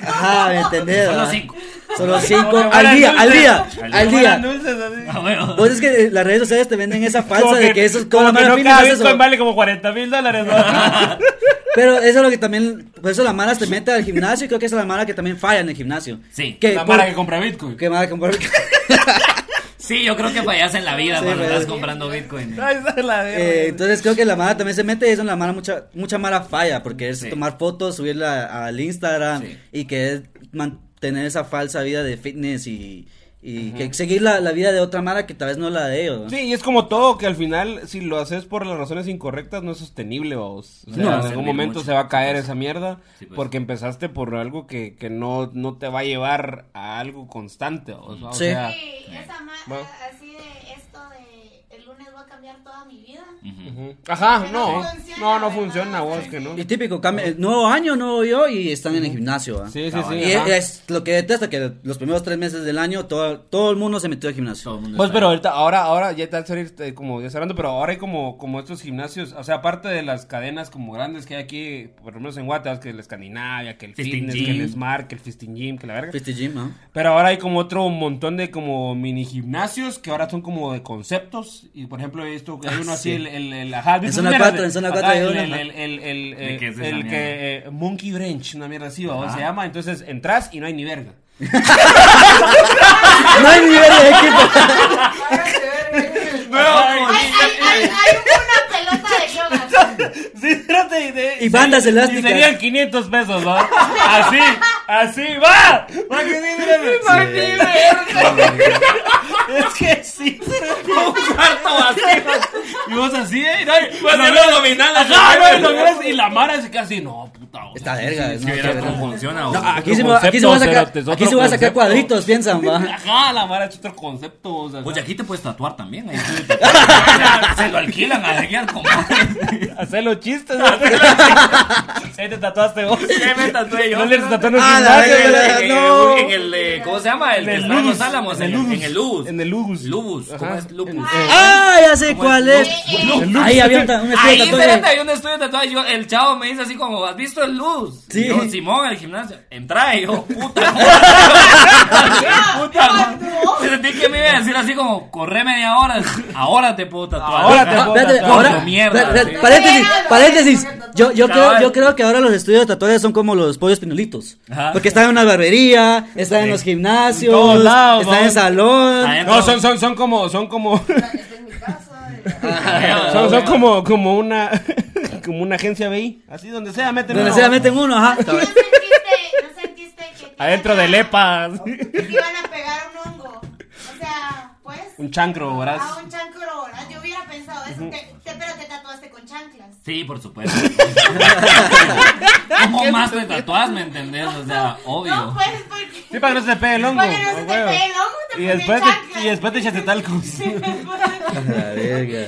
Ajá, ¿me entendés?
Solo
¿verdad?
Ah.
cinco.
Solo
Como
cinco
que
al
fueran
día, al
dulces.
día,
Como
al
fueran
día.
dulces, así.
A huevo.
Pues es que las redes sociales te venden esa falsa de que eso es
como
como la
que
mala
no
fitness,
cada
es
Bitcoin
eso.
vale como 40 mil dólares. ¿no?
Pero eso es lo que también, por eso la mala se mete al gimnasio y creo que esa es la mala que también falla en el gimnasio.
Sí.
Que
La
por-
mara que compra
[laughs]
Bitcoin.
que mala que por-
[laughs]
Sí, yo creo que fallas en la vida
Sí, pues
cuando
pero-
estás comprando Bitcoin.
Ay, esa es la verga.
Eh, entonces creo que la mala también se mete eso en la mala mucha mucha mala falla porque es
Sí.
tomar fotos, subirla al Instagram
Sí.
y que es mantener esa falsa vida de fitness y, y que seguir la, la vida de otra mala que tal vez no la de ellos. ¿no?
Sí, y es como todo, que al final, si lo haces por las razones incorrectas, no es sostenible, vos. O sea,
No.
en algún momento
Mucho.
se va a caer esa mierda,
Sí, pues.
porque empezaste por algo que, que no, no te va a llevar a algo constante, vos, ¿no? o
Sí.
sea...
Sí, esa ma-
Bueno.
así de esto de el lunes voy a cambiar toda mi vida.
ujú. Ajá,
Pero
no,
no funciona,
no, no
¿verdad?
funciona, vos, que no.
Y típico, cambia, el nuevo año, nuevo yo y están en el gimnasio. ¿va?
Sí, sí,
Cabal.
sí,
Y
ajá.
es lo que detesto, que los primeros tres meses del año todo, todo el mundo se metió al
Todo
gimnasio.
el mundo
Pues,
está
pero
ahí.
ahorita, ahora, ahora, ya está serio, este, como ya cerrando, pero ahora hay como, como estos gimnasios, o sea, aparte de las cadenas como grandes que hay aquí, por lo menos en Guatemala, que el Escandinavia, que el
Fisting
Fitness, que
Gym.
el Smart, que el Fisting Gym, que la verga.
Fuiste gym, ¿no?
Pero ahora hay como otro montón de como mini gimnasios que ahora son como de conceptos. Y por ejemplo, esto que hay uno así,
Ah, sí.
el, el, el- ajá, ¿viste
zona
esas mierdas
cuatro,
de-
en zona
ajá,
cuatro hay
el-
uno,
El,
ajá.
el, el, el,
¿De
eh,
qué es esa
el
mierda?
que eh, Monkey Wrench, una mierda así, ¿va? se llama. Entonces entras y no hay ni verga.
[laughs] No hay nivel de equipo.
Hay, hay, hay, hay una pelota de yoga.
Sí, espérate, de-
Y bandas
sería-
elásticas.
Y serían 500 pesos, ¿no? Así, así, va. Va que sí, espérate. Es que sí, un cuarto vacío. Y vos así, ¿eh? No, y
Pues,
no,
de los dominales,
Ajá,
¿no?
no, y lo miras, y la mara es casi, no, puta. o sea,
Está verga.
Es
no,
que verás
está
cómo
verga.
funciona. o
No,
ah,
sea.
Ah, aquí se, va, aquí se va a sacar, aquí se va a sacar cuadritos, piensan, va.
Ajá, la mara es otro concepto. O sea,
Oye, aquí te puedes tatuar también. ahí
[laughs]
tú te tatuas. Se lo alquilan a Daniel compadre.
hacer los [laughs] chistes. ¿no? Ahí te tatuaste vos.
me tatué yo?
No le tatuaron
Ah, la verga, la verga.
en,
No.
el, en el, eh, ¿cómo se llama? El,
En
el
el
Los
Lubus.
Álamos, en,
En el
el-
Lubus.
en el Lubus.
En el Lubus.
Lubus, ¿cómo
Ajá.
es Lubus?
En-
[laughs] Ah, ya sé cuál es.
El
Ahí había un, ta- un estudio de
Ahí
tatuaje.
espérate, hay un estudio de tatuaje. Yo, el chavo me dice así como, ¿has visto el luz?
Sí.
Y Yo, Simón, el gimnasio. Entra y yo,
[laughs]
puta. puta. Me sentí que me iba a decir así como, corre media hora. Ahora te puedo tatuar.
Ahora te
Ah,
puedo
espérate,
tatuar.
ahora-
Como mierda,
espérate,
sí.
Paréntesis,
Pero,
paréntesis.
pero,
Yo, yo, creo,
Cabal.
yo creo que ahora los estudios de tatuajes son como los pollos pinulitos.
Ajá.
Porque están en una barbería, están en los
En todos
gimnasios,
lados,
están
¿no?
en salón.
Adentro.
No, son, son, son como, son como, [laughs]
Está en mi casa.
son, son como, como una, [laughs] como una agencia BI. Así donde sea, meten
Donde
uno.
sea meten uno,
Ah,
ajá.
¿No sentiste, no sentiste que te
Adentro
iban a-
del
[laughs]
EPA. así.
que te iban a pegar un hongo? O sea, pues.
Un chancro, ¿verdad?
A un chancro, ¿verdad? Yo hubiera pensado eso. pues, te- te- pero te tatuaste con chanclas.
Sí, por supuesto. [laughs] ¿Cómo más te tatuás, me entendés? O sea, obvio.
No, pues, porque...
Sí, para que no se te pegue
[laughs]
el hongo.
Porque no se
a
te
huevo.
pegue el hongo, te
y,
pones
después te,
chanclas. [laughs]
y después te echaste talco.
[laughs] A la verga.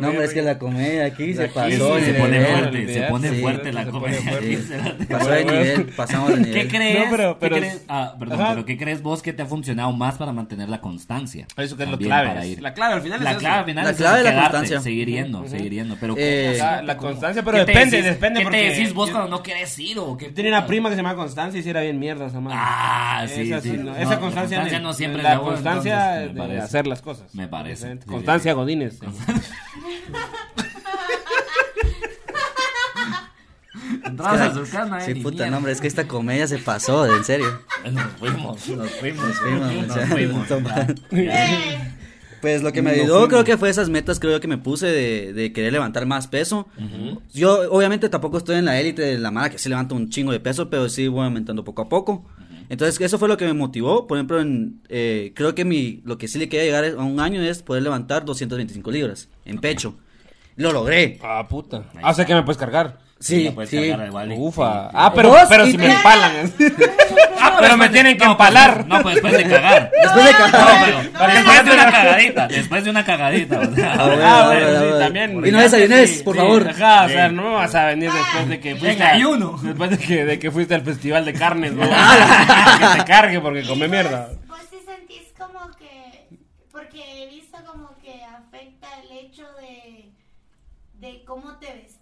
No, hombre, es que la comedia aquí se
Sí, sí,
pasó. de
se pone
nivel.
fuerte, se pone
Sí,
fuerte la
se pone
comedia.
fuerte.
Sí, se la-
Pasó de
Bueno,
nivel, pasamos de nivel.
¿Qué crees?
No, pero-
¿Qué
pero-
crees? Ah, perdón,
Ajá.
pero ¿qué crees vos que te ha funcionado más para mantener la constancia?
Eso que es lo
También para
clave.
ir.
La clave al final
La
es
clave al final
La
es
clave es la
quedarte,
constancia.
Seguir yendo, seguir yendo. Pero
Eh,
eso. La, la constancia, pero
¿qué te
depende,
decís-
depende.
¿Qué
porque
te decís vos
yo
cuando no querés ir o qué?
Tenía una prima que se llamaba Constancia y si era bien mierda esa madre.
Ah, sí,
Esa
sí.
no,
No,
esa
la
constancia,
constancia
en-
no siempre
la
es la buena,
constancia
entonces, me
de
parece.
hacer las cosas.
Me parece,
Diferente.
sí,
Constancia Godínez.
Entrabas a su cama,
Sí,
eh, ni
puta,
mierda.
no, hombre, es que esta comedia se pasó, en serio.
[laughs] Nos fuimos, nos fuimos, nos
fuimos,
fuimos.
ya, [laughs] toma.
Eh,
Pues lo que me ayudó creo que fue esas metas creo yo que me puse de, de querer levantar más peso. Yo obviamente tampoco estoy en la élite de la mara que sí levanta un chingo de peso, pero sí voy aumentando poco a poco. Entonces eso fue lo que me motivó. Por ejemplo, en, eh, creo que mi, lo que sí le quería llegar es- a un año es poder levantar 225 libras en pecho. Lo logré.
Ah, puta. Ah, o sea que me puedes cargar.
Sí,
Sí,
la puedes
sí.
cargar al Wally.
Ufa.
Sí, sí.
Ah, pero,
Dos
pero
y
si me
tres. [laughs]
empalan. ah, pero me tienen que
No, pues,
empalar.
No, pues después de
[laughs]
cagar.
Después de que...
No, pero
No,
después de
no,
una
no.
cagadita, después de una cagadita, o sea.
[laughs] Ah, bueno,
Ah,
ah,
bueno,
bueno,
sí,
bueno.
también.
Y no desayunes, por
Sí,
favor. Ah.
Ajá, o sea, no me vas a venir después de que fuiste. a-
ayuno.
Después de que, de que fuiste al festival de carnes,
[laughs]
güey. que te cargue porque
y
come
vos-
mierda.
Vos sí sentís como que... Porque he visto como que afecta el hecho de... De cómo te vestís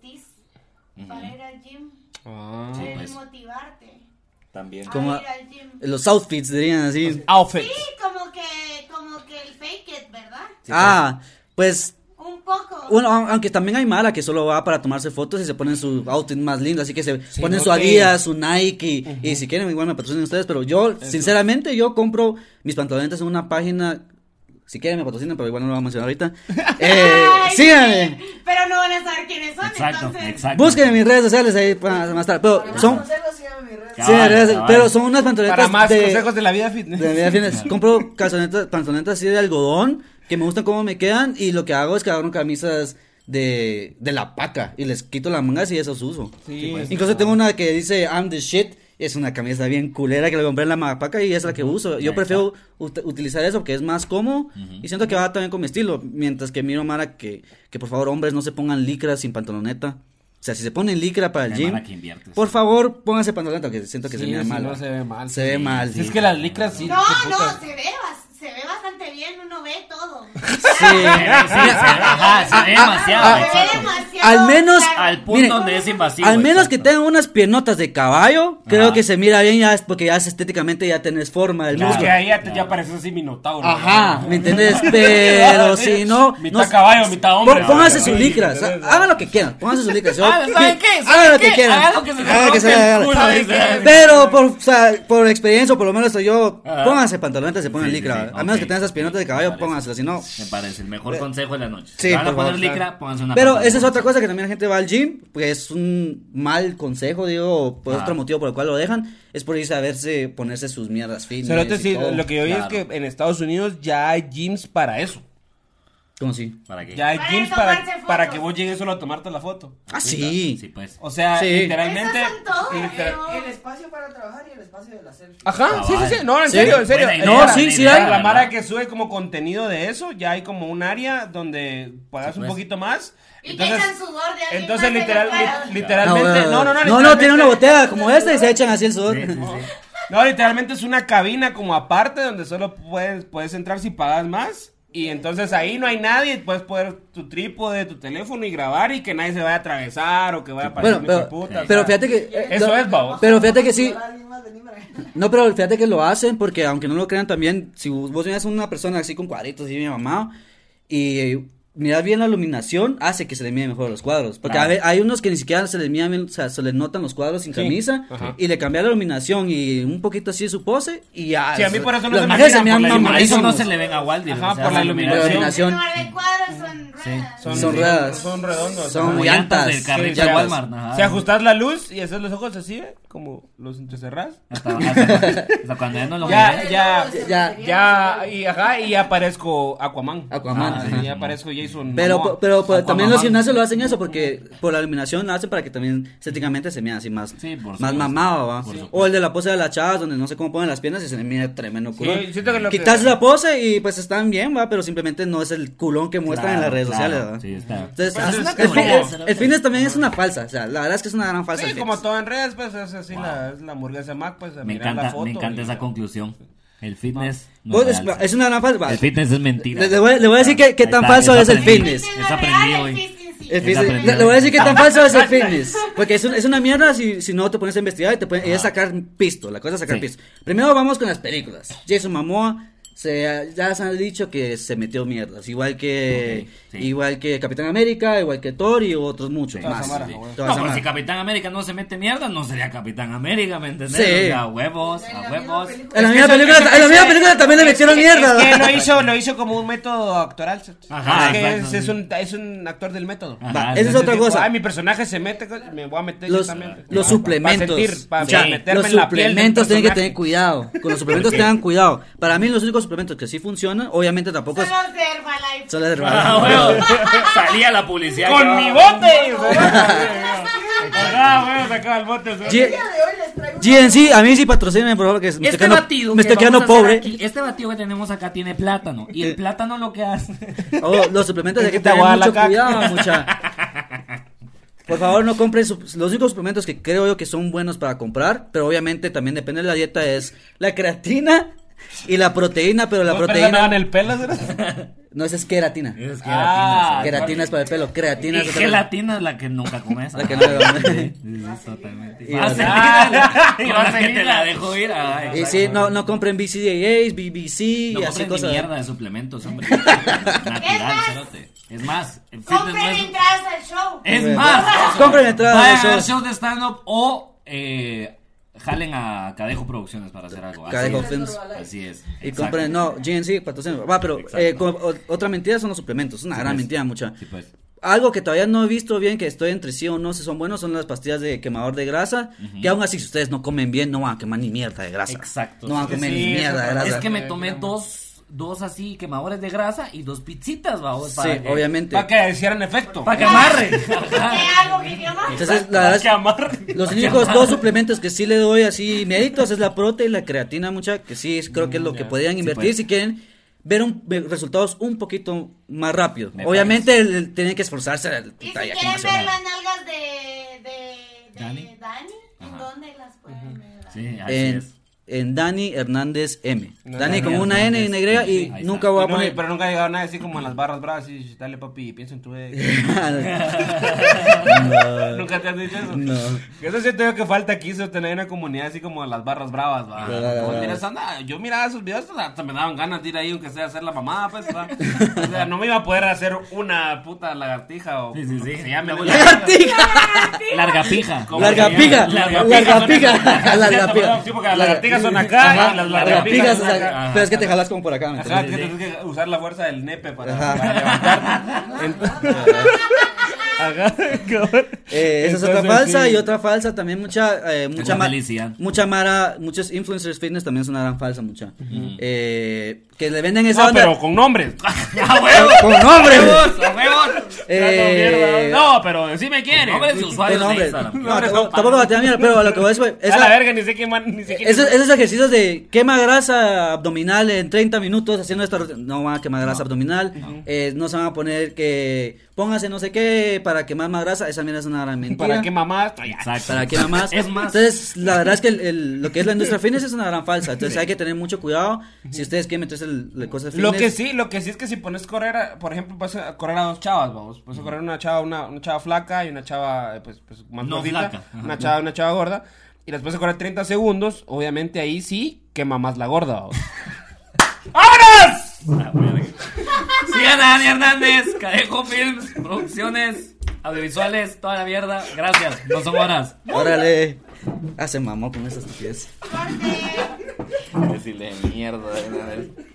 para ir al gym.
Ah.
Sí,
el
pues.
motivarte
También.
Como
a
a-
ir al gym.
Los outfits dirían así.
Outfits.
Sí, como que, como que el fake it, ¿verdad?
Ah, pues
Un poco.
Bueno, au- aunque también hay mala que solo va para tomarse fotos y se ponen su outfit más lindo, así que se ponen
no
su
te-
Adidas, su Nike, y- y, si quieren igual me patrocinan ustedes, pero yo, sinceramente, yo compro mis pantalones en una página, si quieren me patrocinan, pero igual no lo voy a
[laughs]
mencionar ahorita. Eh,
Ay,
síganme,
sí, Pero no van a saber quiénes son,
Exacto,
entonces.
exacto.
búsquenme en mis redes sociales ahí para más tarde, pero
Para
son,
más consejos, síganme en mis redes.
sí, en redes-
cabal.
pero son unas pantaletas
Para más
de-
consejos de la vida fitness.
de media fines. Compro calzonetas, pantalonetas así de algodón, que me gustan cómo me quedan, y lo que hago es que agarro camisas de, de la paca, y les quito las mangas y esas uso.
Sí, Ah.
pues.
Incluso tengo una que dice I'm the shit, es una camisa bien culera que la compré en la mapaca y es la que uso. Yo
Ahí
prefiero ut- utilizar eso porque es más cómodo y siento que va también con mi estilo. Mientras que miro Mara que, que por favor hombres no se pongan licra sin pantaloneta. O sea, si se ponen licra para el
Hay
gym,
Mara que invierte,
por favor pónganse pantaloneta que siento que
Sí,
se mira
si
mal.
no se ve mal.
Se ve mal.
Si es que las licras sí.
No,
qué putas.
no, se ve, bas- se ve bastante bien, uno ve todo.
Sí.
Sí, sí, se ve- ajá, se ve Ah, demasiado,
Ah, se ve
exacto.
demasiado.
Al menos-
claro.
Al punto
Miren,
donde es invasivo.
Al menos que
exacto.
tengan unas piernotas de caballo, creo
Ajá.
que se mira bien ya es- porque ya es estéticamente ya tenés forma del
Claro.
músculo.
Es que ahí ya, te- ya pareces así minotauro.
Ajá,
¿no?
¿me entendés?
[laughs]
Pero si no.
Mitad
no-
caballo, mitad hombre.
Pon- Pónganse
Ah,
sus
sí,
licras,
¿verdad?
ha- hagan lo que quieran, pónganse sus licras. yo-
Hagan- ¿saben Ah, qué?
Hagan
¿saben
lo que
qué?
quieran.
Hagan lo que se les
Hagan lo que se
rompe
les
el
haga la-
culo,
¿saben
dice.
qué? Pero por, o sea, por experiencia, o por lo menos soy yo,
Ajá.
pónganse pantalones se pongan
Sí, sí,
licra.
sí,
A menos
ok.
que tengan esas piernotas de caballo,
Parece.
pónganselas, si no.
Me parece el mejor consejo de la noche.
Eh, Sí,
Si van a
por favor,
poner licra, pónganse una
Pero
pantalón.
esa es otra cosa que también la gente va al gym, porque es un mal consejo, digo, o por
Ah.
otro motivo por el cual lo dejan, es por irse a verse, ponerse sus mierdas fitness
Cerote,
y
sí,
todo.
lo que yo vi
Claro.
es que en Estados Unidos ya hay gyms para eso.
¿Cómo así?
¿Para qué?
Ya hay
Para
gyms
tomarse
para,
fotos.
para que vos llegues solo a tomarte la foto.
Ah, sí.
Sí, pues.
O sea,
Sí.
literalmente.
Esos son todos,
literal-
pero-
El espacio para trabajar y el espacio de la selfie.
Ajá, sí, sí, sí. No, en
eh. Sí.
serio, en serio.
Buena
No,
idea,
sí,
buena
sí
idea,
hay.
La
¿verdad?
Mara que sube como contenido de eso, ya hay como un área donde pagas
Sí,
un
pues.
poquito más.
Y que echan sudor de alguien
entonces
más de
literal,
la cara.
li- literalmente. No, no, no.
no,
literalmente-
tiene una botella como esta y se echan así el sudor.
Sí, sí, sí.
No, literalmente es una cabina como aparte donde solo puedes, puedes entrar si pagas más. Y entonces ahí no hay nadie, y puedes poner tu trípode, tu teléfono y grabar y que nadie se vaya a atravesar o que vaya a pasar
Bueno, pero, pero fíjate que... eh,
Eso
no,
es, babos.
Pero fíjate que sí,
Alguien más, vení para acá.
no, pero fíjate que lo hacen porque aunque no lo crean también, si vos miras a una persona así con cuadritos y bien mamado y eh, miras bien la iluminación, hace que se le miden mejor los cuadros. Porque
Claro.
a ve- hay unos que ni siquiera se les miden, bien, o sea, se les notan los cuadros sin camisa
Ajá.
y le cambian la iluminación y un poquito así su pose y ya...
Sí, a mí por eso no
los
se me
majes
miran, por
miran
Sí,
la
por eso no
mamadísimos.
se le ven a Waldir.
Ajá, por la iluminación.
iluminación.
En lugar de cuadros son ruedas.
Son ruedas.
Son redondos.
Son
ajá.
Como
llantas.
llantas del carrito
Sí,
de
llantas.
Walmart. ajá.
Si ajustas la luz y haces los ojos así, ¿eh? como los entrecerrás.
Hasta, hasta- hasta cuando ya no lo
Ya,
eh,
miré.
ya,
Ya.
ya, y ajá, y aparezco Aquaman.
Aquaman,
Ah,
ajá.
y aparezco Jason Jason.
Pero,
Momoa.
pero, pero pues,
Aquaman.
también los gimnasios lo hacen eso porque por la iluminación lo hacen para que también estéticamente se mira así más,
Sí, por
más
supuesto.
mamado, ¿va?
Por supuesto.
O el de la pose de las chavas donde no sé cómo ponen las piernas y se le mira tremendo culón.
siento que lo que-
Quitas la pose y pues están bien, va, pero simplemente no es el culón que muestran en las redes
Claro,
sociales, ¿va?
Sí, está.
Entonces,
Pues es
el,
una
el fin-
teoría,
el-
¿será?
el fitness también es una falsa, o sea, la verdad es que es una gran falsa.
Sí,
el
como
fitness.
todo en redes, pues es así la, es la hamburguesa Mac, pues a
Me
mirar la
encanta,
foto.
me encanta
y-
esa conclusión. El fitness no es
Vos- Pues, es,
real.
es una gran falsa. va.
El fitness es mentira.
Le, le voy, le voy a decir que, que
Ahí
tan
está,
falso
eso
es el
aprendí.
fitness.
Eso aprendí hoy.
El
Es la
fitness-
primera.
le, le voy a decir que tan falso es
Ah, [laughs]
el fitness. Porque es, un- es una mierda si, si no te pones a investigar y te pueden, y es sacar pisto. La cosa es sacar
Sí.
pisto. Primero vamos con las películas. Jason Momoa. Se, ya se han dicho que se metió mierdas. Igual que
Ok, sí.
igual que Capitán América, igual que Thor y otros muchos.
Todas
más.
amaras,
Sí.
güey.
Todas
No, pero
amaras.
si Capitán América no se mete mierda, no sería Capitán América, ¿me entendés?
Sí.
O sea, a huevos,
En la
a
misma
huevos.
película.
en la misma
Eso-
película,
eso-
en la misma
eso-
película también le
es
metieron
que-
mierda.
Es que lo hizo, lo hizo como un método actoral.
Ajá,
es que
exacto,
es,
sí.
es un, es un actor del método.
Ajá,
Va,
Ah,
[laughs] esa es
entonces
otra
Tipo,
cosa.
Ay, mi personaje se mete, co- me voy a meter yo
los,
también.
los
Ah,
suplementos.
Para sentir, para,
O sea,
para meterme
los
en la piel del
suplementos tienen que
personaje.
tener cuidado.
[laughs]
Con los suplementos tengan cuidado. Para mí los únicos suplementos que sí funcionan, obviamente
[laughs]
tampoco es-
Solo observa la [laughs]
pues, son las de
Ah, huevos. Salía la publicidad. que-
¡Con mi bote!
[laughs]
[laughs]
Ah, bueno, sacaba el bote.
G-
El día de hoy les traigo una-
GNC, a mí sí patrocinen, por favor, que me estoy
Este
quedando,
batido
me
que
estoy quedando
vamos a hacer
pobre. Eh.
aquí- este batido que tenemos acá tiene plátano. Y el plátano lo que hace. [laughs]
Oh, los suplementos hay que
Es que te
tener
voy a la
mucho
caca.
cuidado, mucha.
[laughs]
Por favor, no compren sup- los únicos suplementos que creo yo que son buenos para comprar, pero obviamente también depende de la dieta es la creatina y la proteína, pero la
Pero
proteína
en el pelo. ¿sí?
[laughs] no esa es queratina.
Es que
Ah,
Queratina es para el pelo, creatina es
Y
otra cosa.
gelatina es la que nunca comes.
La que no le comes.
Sí, sí, sí, totalmente. [laughs]
Y
Vaselina, la-
y
con la que
vaselina.
te la dejo ir. ah,
Y
exacto.
sí, no, no compren BCAAs, BBC
No
y así
compren ni
cosas.
mierda de suplementos,
[laughs]
hombre. Natural,
más,
cerote. Es más, el fitness no
Compren
es-
entradas al show.
Es
Bueno,
más,
[laughs] compren entradas a
vayan
los
a ver
shows.
shows de stand-up o eh, jalen a Cadejo Producciones para hacer algo. Así
Cadejo
es.
Films.
Así es.
Y
exacto.
compren, no, GNC, patrocinio. Va, pero
Exacto.
eh, como- o- otra mentira son los suplementos. Una
Sí,
gran
pues.
mentira, mucha.
Sí, pues.
Algo que todavía no he visto bien, que estoy entre sí o no, si son buenos, son las pastillas de quemador de grasa. Que aún así, si ustedes no comen bien, no van a quemar ni mierda de grasa.
Exacto.
No van a
Sí,
comer
sí,
ni
eso
mierda de
también.
grasa.
Es que me
Eh,
tomé
digamos.
dos, dos así quemadores de grasa y dos pizzitas, vamos.
Sí,
para que-
obviamente.
Para que hicieran efecto.
Para que amarre.
[laughs]
Que algo que llama.
Entonces, la
Para
verdad
que amarre.
es- los únicos dos suplementos que sí le doy así méritos es la prote y la creatina, mucha, que sí es- creo que es lo que podrían invertir
pues.
si quieren ver un- ver resultados un poquito más rápido.
Me
Obviamente el- el- tienen que esforzarse. el-
Y si
puta, ya que
quieren
nació.
ver las nalgas de, de, de
Dani.
Dani, ¿en
Ajá.
dónde las pueden ver?
Sí, así
en,
es.
en Dani Hernández M.
No,
Dani
Dani
con una N y una Y
Hernández,
y
sí, ahí
nunca
está.
voy a
Y no,
poner.
Pero nunca ha llegado nada así como en las barras bravas y dale papi, piensa en tu
[laughs]
ex. Nunca te han dicho eso.
[laughs] No.
Eso siento yo que falta aquí eso, tener una comunidad así como las barras bravas, va.
Ya, ya, ya,
Como
ya.
miras, anda, yo miraba esos videos, pues, hasta me daban ganas de ir ahí, aunque sea a hacer la mamá, pues, va. O sea, no me iba a poder hacer una puta lagartija o
Sí, sí,
lo que
sí.
se llame.
Lagartija,
Larga
[laughs]
pija.
¿Cómo
larga
se llama?
pija,
Larga
larga
pija.
pija, larga
Cierto,
pija.
perdón, [laughs] sí, porque las lagartijas son acá
Ajá,
y las
lagartijas
lagartijas son
son acá.
acá.
Pero es que te jalas como por acá. ¿me
Ajá,
entiendes?
que tienes que usar la fuerza del nepe para,
Ajá.
para
[laughs]
levantarte. Entonces- Ajá, cabrón.
Eh, esa es
Entonces,
otra falsa
sí.
y otra falsa también mucha eh, mucha
la
ma-
felicidad.
mucha mara muchos influencers fitness también es una gran falsa mucha Eh, que le venden esa
No,
onda
pero con nombres.
[laughs] ¡A
[laughs]
huevos!
[laughs]
con nombre
¡A huevos!
Eh,
No, pero decime quién
Nombres
es.
de usuarios
con
de
[laughs] nombre.
Instagram.
No, tampoco- tampoco la tenía miedo, pero a lo que voy es güey,
A la
esa-
verga, ni sé quién man- ni sé quién
esos,
es.
esos ejercicios de quema grasa abdominal en 30 minutos haciendo esta rutina, no van a quemar grasa abdominal, eh, no se van a poner que póngase no sé qué para quemar más grasa, esa mierda es una gran mentira.
¿Para qué mamás? Pues Ay, ay.
Exacto.
¿Para qué más?
Es más.
Entonces, la verdad es que el- el- lo que es la industria fitness es una gran falsa. Entonces, hay que tener mucho cuidado si ustedes quieren meterse en la cosa fitness.
Lo que sí, lo que sí es que si pones correr, a- por ejemplo, vas a correr a dos chavas, vamos. Vas a correr una chava, una, una chava flaca y una chava, eh, pues, pues, más
No
gordita.
flaca. Ajá.
Una chava, una chava gorda. Y las vas a correr 30 segundos. Obviamente ahí sí quema más la gorda, vamos. [laughs] ¡Vámonos!
Ah, verga. Sigan a Dani
[laughs]
Hernández, Cadejo Films, producciones audiovisuales, toda la mierda. Gracias, no son horas.
Órale. Ah, Hace mamó con esa estupidez.
Corte.
Decirle mierda de una vez.